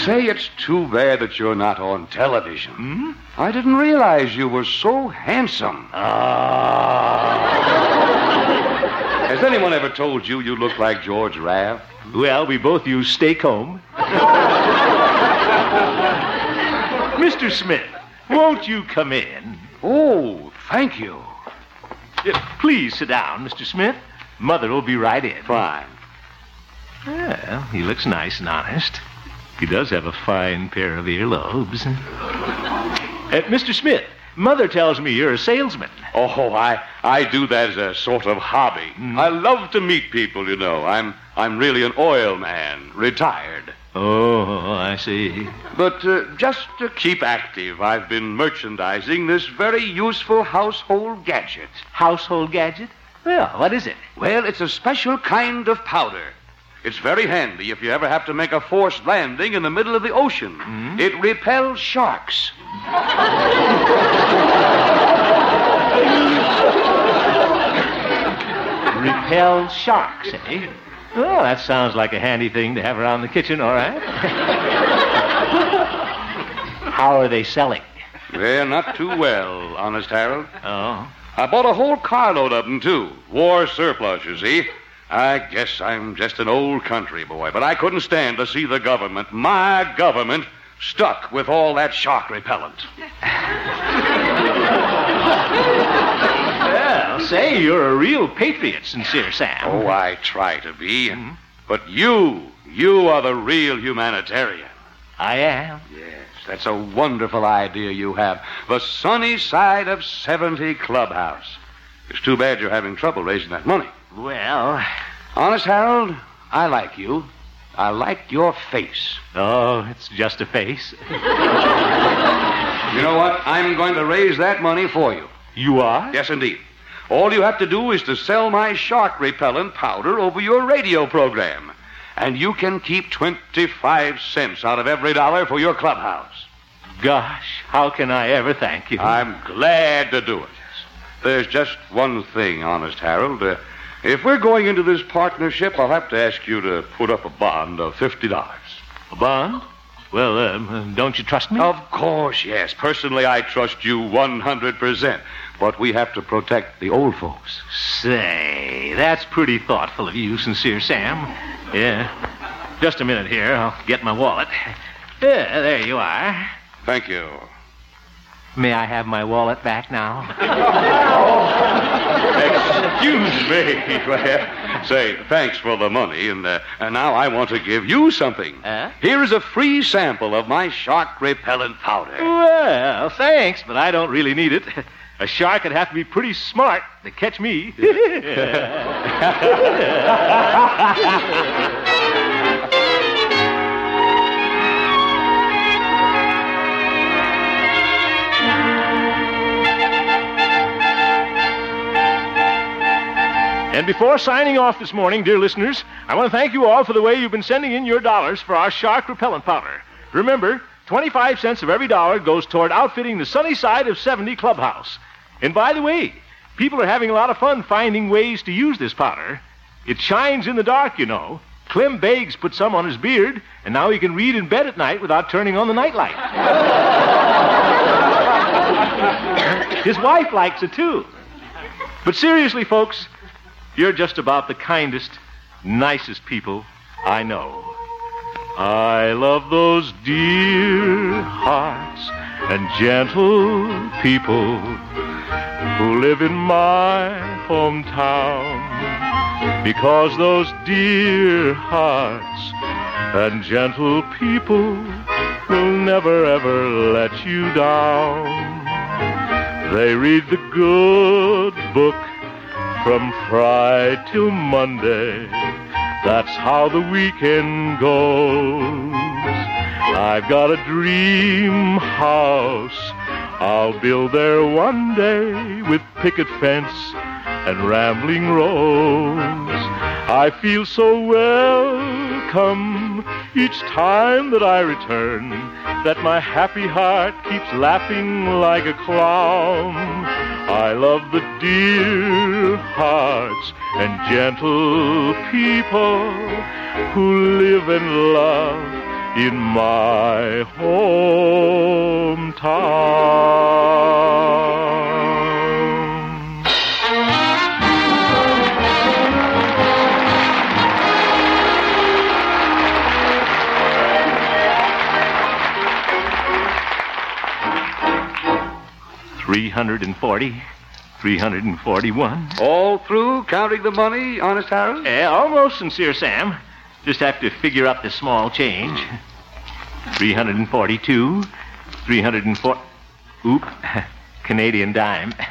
Q: Say, it's too bad that you're not on television.
L: Hmm?
Q: I didn't realize you were so handsome.
L: Ah.
Q: Has anyone ever told you you look like George Raff?
L: Well, we both use Stake Home. Mr. Smith, won't you come in?
Q: Oh, thank you.
L: please sit down, Mr. Smith. Mother will be right in.
Q: Fine.
L: Well, he looks nice and honest. He does have a fine pair of earlobes. Uh, Mr. Smith, Mother tells me you're a salesman.
Q: Oh, I, I do that as a sort of hobby.
L: Mm-hmm.
Q: I love to meet people, you know. I'm, I'm really an oil man, retired.
L: Oh, I see.
Q: But uh, just to keep active, I've been merchandising this very useful household gadget.
L: Household gadget? Well, what is it?
Q: Well, it's a special kind of powder. It's very handy if you ever have to make a forced landing in the middle of the ocean.
L: Mm-hmm.
Q: It repels sharks.
L: Repel sharks, eh? Well, that sounds like a handy thing to have around the kitchen, all right. How are they selling?
Q: Well, not too well, honest Harold.
L: Oh.
Q: I bought a whole carload of them, too. War surplus, you see. I guess I'm just an old country boy, but I couldn't stand to see the government, my government, stuck with all that shark repellent.
L: Well, Uh, say, you're a real patriot, Sincere Sam.
Q: Oh,
L: Mm-hmm.
Q: I try to be. But you, you are the real humanitarian.
L: I am.
Q: Yes, that's a wonderful idea you have. The sunny side of 70 Clubhouse. It's too bad you're having trouble raising that money.
L: Well,
Q: Honest, Harold, I like you. I like your face.
L: oh, it's just a face.
Q: You know what? I'm going to raise that money for you.
L: You are?
Q: Yes, indeed. All you have to do is to sell my shark repellent powder over your radio program. And you can keep 25 cents out of every dollar for your clubhouse.
L: Gosh, how can I ever thank you?
Q: I'm glad to do it. There's just one thing, honest Harold. Uh, if we're going into this partnership, I'll have to ask you to put up a bond of $50.
L: A bond? Well, um, don't you trust me?
Q: Of course, yes. Personally, I trust you 100%. But we have to protect the old folks.
L: Say, that's pretty thoughtful of you, Sincere Sam. Yeah. Just a minute here. I'll get my wallet. Yeah, there you are.
Q: Thank you.
L: May I have my wallet back now?
Q: Excuse me. Well, say, thanks for the money, and, uh, and now I want to give you something. Here is a free sample of my shark repellent powder.
L: Well, thanks, but I don't really need it. A shark would have to be pretty smart to catch me. And before signing off this morning, dear listeners, I want to thank you all for the way you've been sending in your dollars for our shark repellent powder. Remember, 25 cents of every dollar goes toward outfitting the sunny side of 70 Clubhouse. And by the way, people are having a lot of fun finding ways to use this powder. It shines in the dark, you know. Clem Beggs put some on his beard, and now he can read in bed at night without turning on the nightlight. His wife likes it too. But seriously, folks, you're just about the kindest, nicest people I know. I love those dear hearts and gentle people who live in my hometown because those dear hearts and gentle people will never ever let you down. They read the good book from Friday till Monday. That's how the weekend goes. I've got a dream house I'll build there one day with picket fence and rambling rose. I feel so welcome each time that I return that my happy heart keeps laughing like a clown. I love the dear hearts and gentle people who live and love in my hometown. Three hundred and forty, three hundred and forty-one. Oh,
Q: All through, counting the money, Honest Harold?
L: Yeah, almost sincere, Sam. Just have to figure up the small change. 342, 304. Oop. Canadian dime.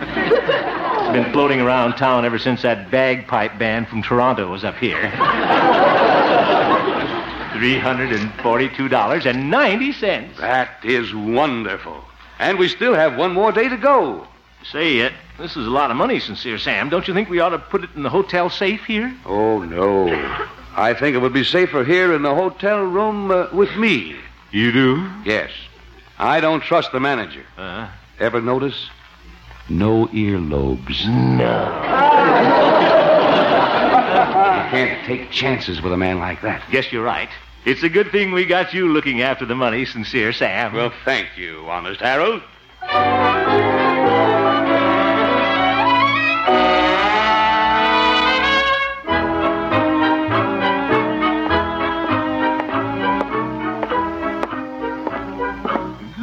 L: it's been floating around town ever since that bagpipe band from Toronto was up here. $342.90.
Q: That is wonderful. And we still have one more day to go.
L: Say it. This is a lot of money, Sincere Sam. Don't you think we ought to put it in the hotel safe here?
Q: Oh, no. I think it would be safer here in the hotel room uh, with me.
L: You do?
Q: Yes. I don't trust the manager.
L: Uh-huh.
Q: Ever notice? No earlobes.
L: No.
Q: You can't take chances with a man like that.
L: Guess you're right. It's a good thing we got you looking after the money, Sincere Sam.
Q: Well, thank you, Honest Harold.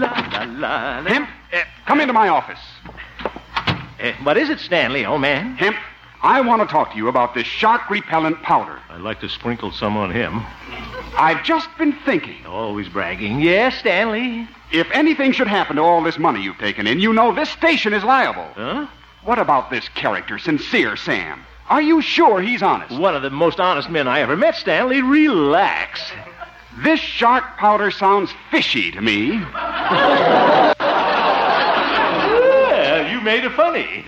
N: Hemp, eh, come into my office.
L: Eh, what is it, Stanley, old man?
N: Hemp, I want to talk to you about this shark repellent powder.
L: I'd like to sprinkle some on him.
N: I've just been thinking.
L: Always bragging. Yes, Stanley.
N: If anything should happen to all this money you've taken in, you know this station is liable.
L: Huh?
N: What about this character, Sincere Sam? Are you sure he's honest?
L: One of the most honest men I ever met, Stanley. Relax.
N: This shark powder sounds fishy to me.
L: Yeah, you made it funny.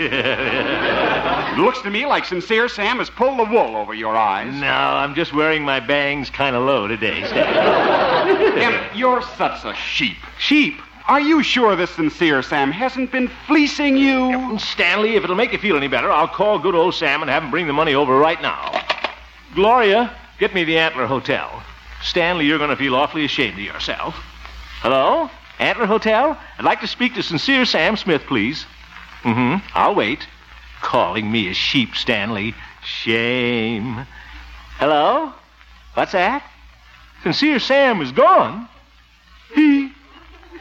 N: Looks to me like Sincere Sam has pulled the wool over your eyes.
L: no, I'm just wearing my bangs kind of low today, Stanley.
N: Imp, you're such a sheep. Sheep? Are you sure this sincere Sam hasn't been fleecing you?
L: Stanley, if it'll make you feel any better, I'll call good old Sam and have him bring the money over right now. Gloria, get me the Antler Hotel. Stanley, you're going to feel awfully ashamed of yourself. Hello? Antler Hotel? I'd like to speak to sincere Sam Smith, please. Mm hmm. I'll wait. Calling me a sheep, Stanley. Shame. Hello? What's that? Sincere Sam is gone. He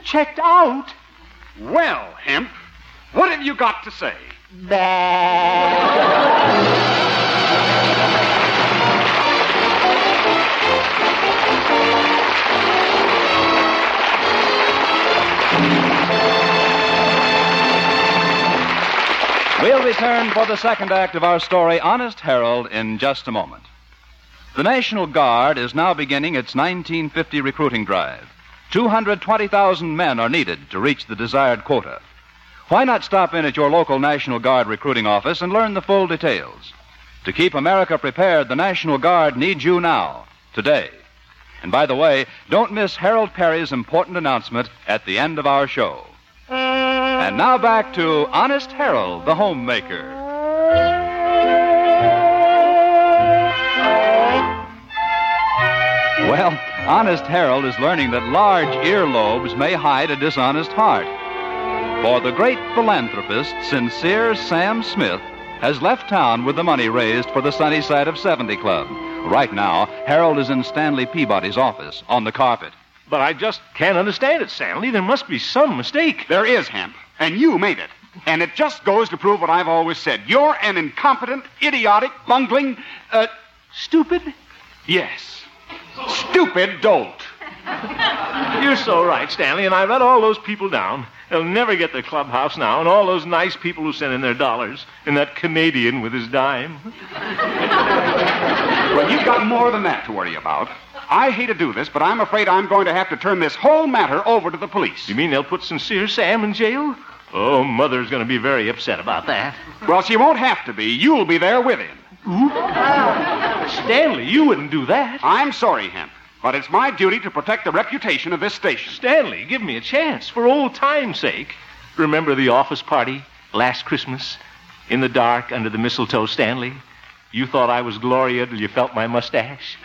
L: checked out.
N: Well, Hemp, what have you got to say?
K: We'll return for the second act of our story, Honest Harold, in just a moment. The National Guard is now beginning its 1950 recruiting drive. 220,000 men are needed to reach the desired quota. Why not stop in at your local National Guard recruiting office and learn the full details? To keep America prepared, the National Guard needs you now, today. And by the way, don't miss Harold Perry's important announcement at the end of our show. And now back to Honest Harold, the homemaker. Well, Honest Harold is learning that large earlobes may hide a dishonest heart. For the great philanthropist, sincere Sam Smith, has left town with the money raised for the Sunny Side of 70 Club. Right now, Harold is in Stanley Peabody's office on the carpet.
L: But I just can't understand it, Stanley. There must be some mistake.
N: There is, Hemp. And you made it. And it just goes to prove what I've always said. You're an incompetent, idiotic, bungling, uh, stupid? Yes. Stupid dolt.
L: You're so right, Stanley, and I run all those people down. They'll never get the clubhouse now, and all those nice people who send in their dollars, and that Canadian with his dime.
N: Well, you've got more than that to worry about. I hate to do this, but I'm afraid I'm going to have to turn this whole matter over to the police. You
L: mean they'll put Sincere Sam in jail? Oh, Mother's going to be very upset about that.
N: Well, she won't have to be. You'll be there with him.
L: Stanley, you wouldn't do that.
N: I'm sorry, Hemp, but it's my duty to protect the reputation of this station.
L: Stanley, give me a chance, for old time's sake. Remember the office party last Christmas? In the dark, under the mistletoe, Stanley? You thought I was Gloria till you felt my mustache?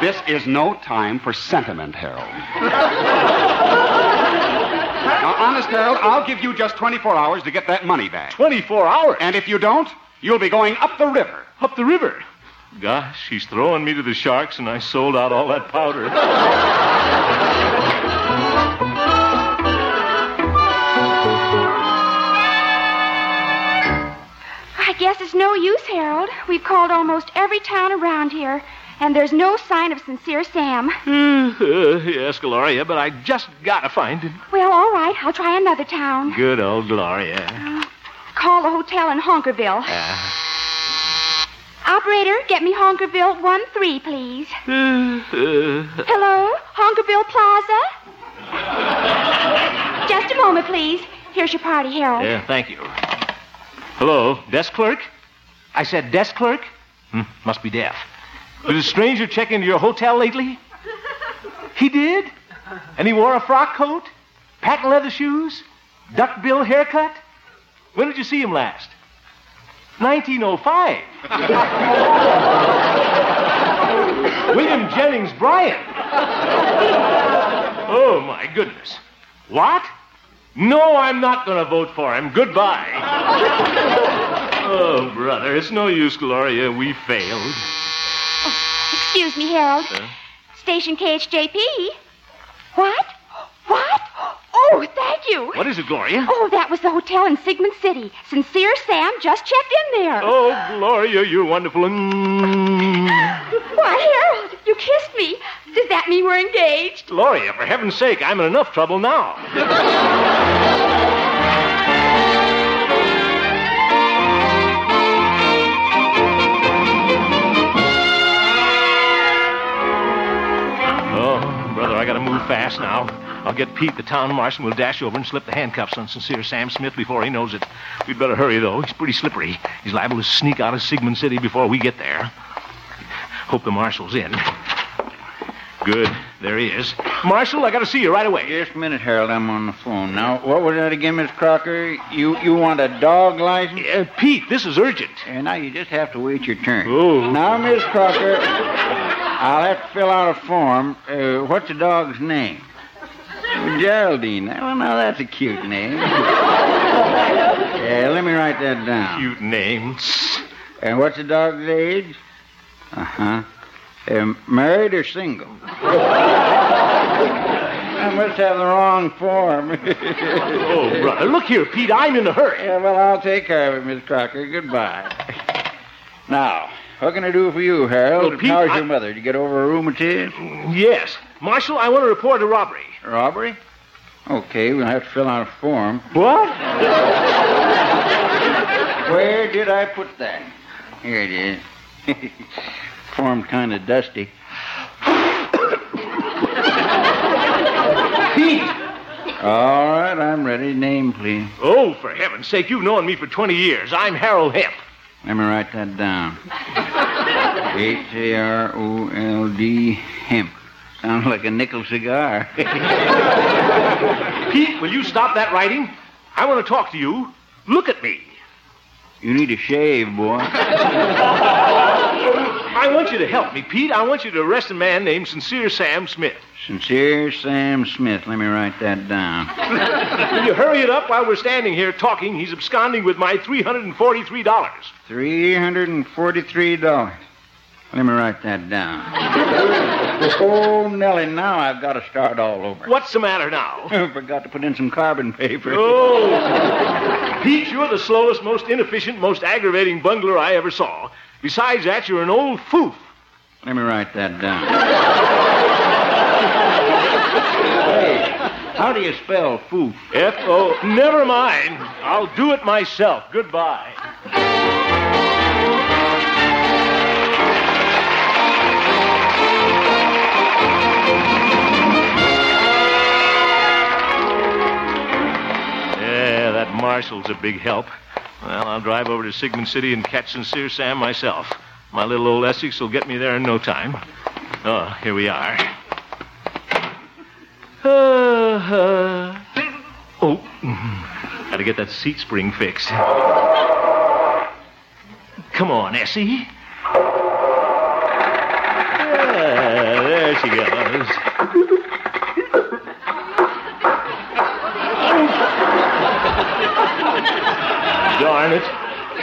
N: This is no time for sentiment, Harold. now, honest, Harold, I'll give you just 24 hours to get that money back.
L: 24 hours?
N: And if you don't, you'll be going up the river.
L: Up the river? Gosh, he's throwing me to the sharks, and I sold out all that powder.
M: I guess it's no use, Harold. We've called almost every town around here, and there's no sign of Sincere Sam.
L: Uh, yes, Gloria, but I just gotta find him.
M: Well, all right, I'll try another town.
L: Good old Gloria. Uh,
M: Call the hotel in Honkerville. Operator, get me Honkerville 1-3, please.
L: Uh,
M: Hello? Honkerville Plaza? Just a moment, please. Here's your party, Harold.
L: yeah, thank you. Hello, desk clerk? I said desk clerk? Hmm, must be deaf. Did a stranger check into your hotel lately? He did? And he wore a frock coat? Patent leather shoes? Duckbill haircut? When did you see him last? 1905. William Jennings Bryan. Oh, my goodness. What? No, I'm not going to vote for him. Goodbye. oh, brother, it's no use, Gloria. We failed.
M: Excuse me, Harold.
L: Huh?
M: Station KHJP. What? What? Oh, thank you.
L: What is it, Gloria?
M: Oh, that was the hotel in Sigmund City. Sincere Sam just checked in there.
L: Oh, Gloria, you're wonderful. Mm.
M: Why, Harold, you kissed me. Does that mean we're engaged?
L: Gloria, for heaven's sake, I'm in enough trouble now. Oh, brother, I gotta move fast now. I'll get Pete, the town marshal, and we'll dash over and slip the handcuffs on sincere Sam Smith before he knows it. We'd better hurry, though. He's pretty slippery. He's liable to sneak out of Sigmund City before we get there. Hope the marshal's in. Good. There he is. Marshal, I gotta see you right away.
I: Just a minute, Harold. I'm on the phone. Now, what was that again, Miss Crocker? You you want a dog license?
L: Uh, Pete, this is urgent.
I: And now you just have to wait your turn.
L: Oh.
I: Now, Miss Crocker, I'll have to fill out a form. Uh, what's the dog's name? Geraldine. Well, now that's a cute name. Yeah, let me write that down.
L: Cute name.
I: And what's the dog's age? Uh huh.
O: Um, married or single? I must have the wrong form.
L: Oh, brother, look here, Pete. I'm in a hurry.
O: Yeah, well, I'll take care of it, Miss Crocker. Goodbye. Now, what can I do for you, Harold?
L: Well, Pete,
O: How's
L: I-
O: your mother? Did you get over a rheumatism?
L: Yes. Marshal, I want to report a robbery.
O: Robbery? Okay, we'll have to fill out a form.
L: What?
O: Where did I put that? Here it is. Form's kind of dusty. All right, I'm ready. Name, please.
L: Oh, for heaven's sake, you've known me for 20 years. I'm Harold Hemp.
O: Let me write that down. H A R O L D hemp. Sounds like a nickel cigar.
L: Pete, will you stop that writing? I want to talk to you. Look at me.
O: you need a shave, boy.
L: I want you to help me, Pete. I want you to arrest a man named Sincere Sam Smith.
O: Sincere Sam Smith. Let me write that down.
L: Will you hurry it up while we're standing here talking? He's absconding with my $343.
O: Three hundred and forty-three dollars. Let me write that down. oh, Nellie, now I've got to start all over.
L: What's the matter now?
O: I forgot to put in some carbon paper.
L: Oh. Pete, you're the slowest, most inefficient, most aggravating bungler I ever saw. Besides that, you're an old foof.
O: Let me write that down. How do you spell foof?
L: F O. Never mind. I'll do it myself. Goodbye. Yeah, that marshal's a big help. Well, I'll drive over to Sigmund City and catch Sincere Sam myself. My little old Essex will get me there in no time. Oh, here we are. Uh, Oh, Mm-hmm. gotta get that seat spring fixed. Come on, Essie. Ah, there she goes. Darn it.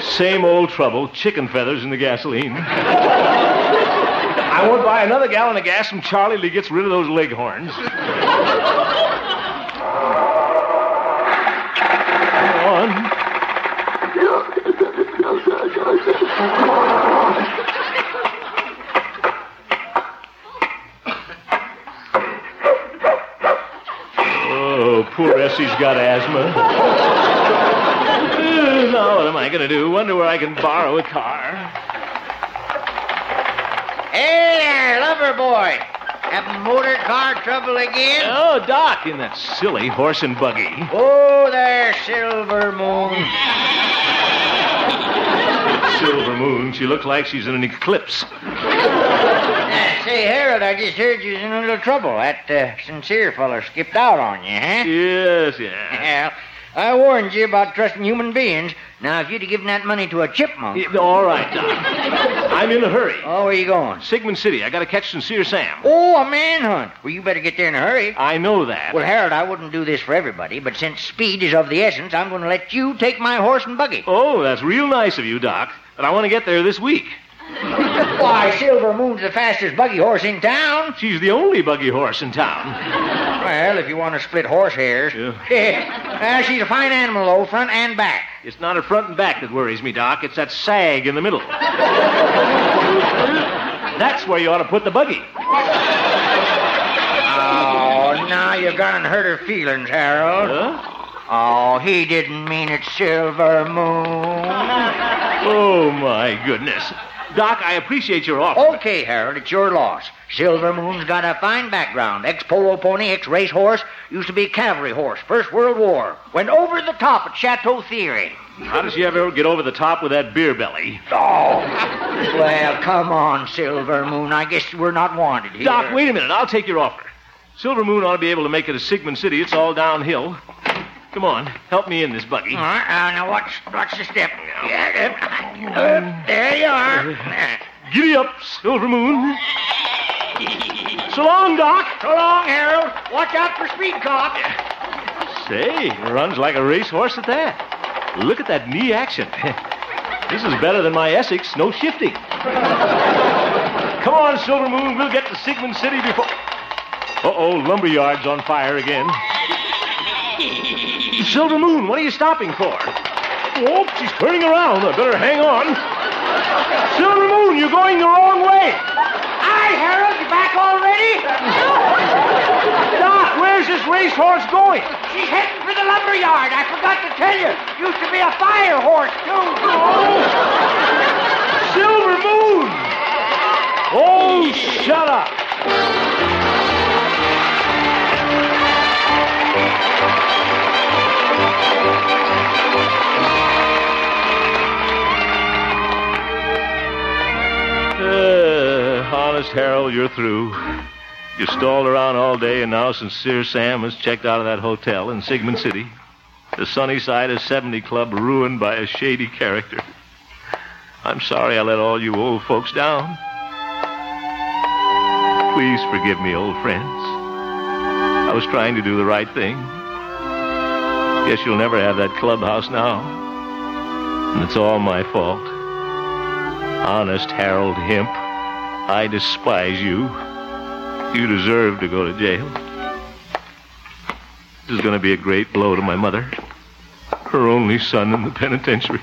L: Same old trouble chicken feathers in the gasoline. I won't buy another gallon of gas from Charlie till he gets rid of those leghorns. Come on. Oh, poor Essie's got asthma. Uh, now what am I going to do? Wonder where I can borrow a car.
O: Hey there, lover boy. Having motor car trouble again?
L: Oh, Doc, in that silly horse and buggy.
O: Oh, there, Silver Moon.
L: Silver Moon, she looks like she's in an eclipse.
O: Uh, say, Harold, I just heard you was in a little trouble. That uh, sincere feller skipped out on you, huh?
L: Yes, yeah.
O: Well, I warned you about trusting human beings. Now, if you'd have given that money to a chipmunk.
L: all right, Doc. I'm in a hurry.
O: Oh, where you going?
L: Sigmund City. I got to catch Sincere Sam.
O: Oh, a manhunt. Well, you better get there in a hurry.
L: I know that.
O: Well, Harold, I wouldn't do this for everybody, but since speed is of the essence, I'm going to let you take my horse and buggy.
L: Oh, that's real nice of you, Doc. But I want to get there this week.
O: Why, Silver Moon's the fastest buggy horse in town.
L: She's the only buggy horse in town.
O: Well, if you want to split horse hairs. Yeah. Uh, she's a fine animal, though, front and back.
L: It's not her front and back that worries me, Doc. It's that sag in the middle. That's where you ought to put the buggy.
O: Oh, now you've gone and hurt her feelings, Harold. Oh, he didn't mean it, Silver Moon.
L: Oh, my goodness. Doc, I appreciate your offer.
O: Okay, Harold, it's your loss. Silver Moon's got a fine background. Ex-polo pony, ex-racehorse, used to be cavalry horse, First World War. Went over the top at Chateau Thierry.
L: How does she ever get over the top with that beer belly?
O: Well, come on, Silver Moon. I guess we're not wanted here.
L: Doc, wait a minute. I'll take your offer. Silver Moon ought to be able to make it to Sigmund City. It's all downhill. Come on, help me in this buggy.
O: All right, uh, now watch, watch the step. Yeah, uh, uh, there you are.
L: Giddy up, Silver Moon. So long, Doc.
O: So long, Harold. Watch out for speed cops.
L: Say, runs like a racehorse at that. Look at that knee action. this is better than my Essex, no shifting. Come on, Silver Moon. We'll get to Sigmund City before. Uh oh, lumberyard's on fire again. Silver Moon, what are you stopping for? Oh, she's turning around. I better hang on. Silver Moon, you're going the wrong way.
R: Hi, Harold, you back already?
L: Doc, where's this racehorse going?
R: She's heading for the lumber yard. I forgot to tell you. Used to be a fire horse, too.
L: Silver Moon! Oh, shut up! Uh, honest Harold, you're through. You stalled around all day, and now Sincere Sam has checked out of that hotel in Sigmund City. The sunny side of 70 Club ruined by a shady character. I'm sorry I let all you old folks down. Please forgive me, old friends. I was trying to do the right thing. Guess you'll never have that clubhouse now. And it's all my fault. Honest Harold Hemp, I despise you. You deserve to go to jail. This is going to be a great blow to my mother, her only son in the penitentiary.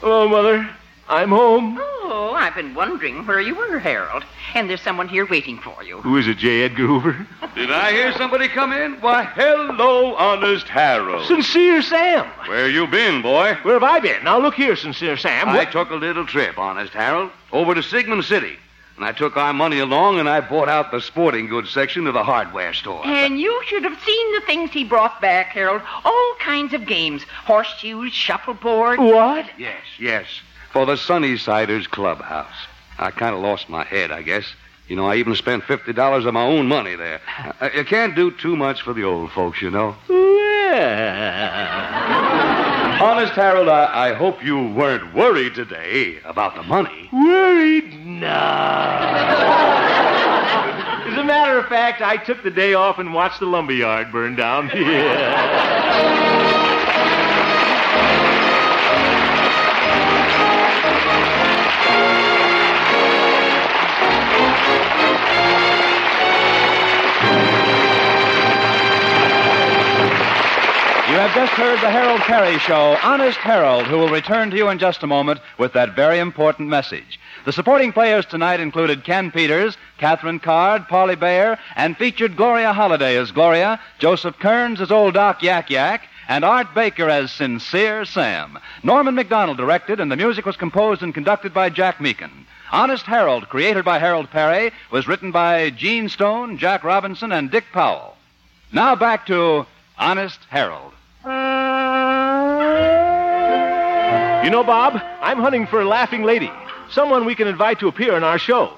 L: Hello, Mother. I'm home.
P: Oh, I've been wondering where you were, Harold. And there's someone here waiting for you.
L: Who is it, J. Edgar Hoover?
Q: Did I hear somebody come in? Why, hello, honest Harold.
L: Sincere Sam.
Q: Where you been, boy?
L: Where have I been? Now look here, Sincere Sam.
Q: I
L: What-
Q: took a little trip, honest Harold, over to Sigmund City. And I took our money along and I bought out the sporting goods section of the hardware store.
P: And you should have seen the things he brought back, Harold. All kinds of games horseshoes, shuffleboard.
L: What?
Q: Yes, yes. For the Sunnysiders Clubhouse. I kind of lost my head, I guess. You know, I even spent $50 of my own money there. Uh, you can't do too much for the old folks, you know. Honest, Harold, I, I hope you weren't worried today about the money.
L: Worried? No. As a matter of fact, I took the day off and watched the lumber yard burn down. Yeah.
K: You have just heard the Harold Perry Show, Honest Harold, who will return to you in just a moment with that very important message. The supporting players tonight included Ken Peters, Catherine Card, Polly Bayer, and featured Gloria Holliday as Gloria, Joseph Kearns as Old Doc Yak Yak, and Art Baker as Sincere Sam. Norman McDonald directed, and the music was composed and conducted by Jack Meakin. Honest Harold, created by Harold Perry, was written by Gene Stone, Jack Robinson, and Dick Powell. Now back to Honest Harold.
L: You know, Bob, I'm hunting for a laughing lady, someone we can invite to appear on our show.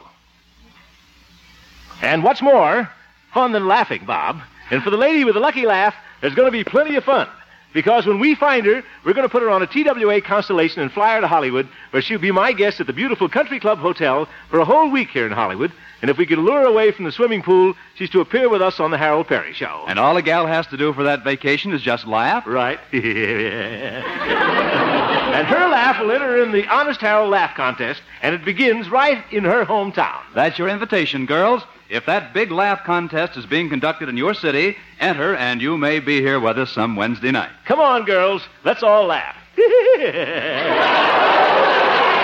L: And what's more, fun than laughing, Bob. And for the lady with the lucky laugh, there's going to be plenty of fun. Because when we find her, we're going to put her on a TWA constellation and fly her to Hollywood, where she'll be my guest at the beautiful Country Club Hotel for a whole week here in Hollywood. And if we can lure her away from the swimming pool, she's to appear with us on The Harold Perry Show.
K: And all a gal has to do for that vacation is just laugh?
L: Right. and her laugh will enter in the Honest Harold Laugh Contest, and it begins right in her hometown.
K: That's your invitation, girls. If that big laugh contest is being conducted in your city, enter and you may be here with us some Wednesday night.
L: Come on, girls. Let's all laugh.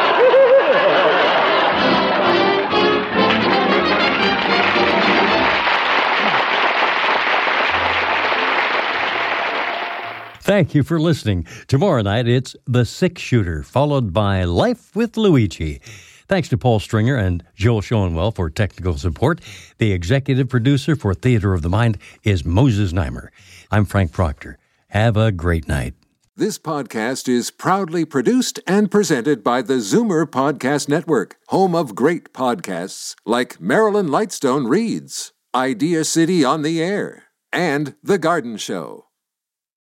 B: Thank you for listening. Tomorrow night, it's The Six Shooter, followed by Life with Luigi. Thanks to Paul Stringer and Joel Schoenwell for technical support. The executive producer for Theater of the Mind is Moses Neimer. I'm Frank Proctor. Have a great night.
S: This podcast is proudly produced and presented by the Zoomer Podcast Network, home of great podcasts like Marilyn Lightstone Reads, Idea City on the Air, and The Garden Show.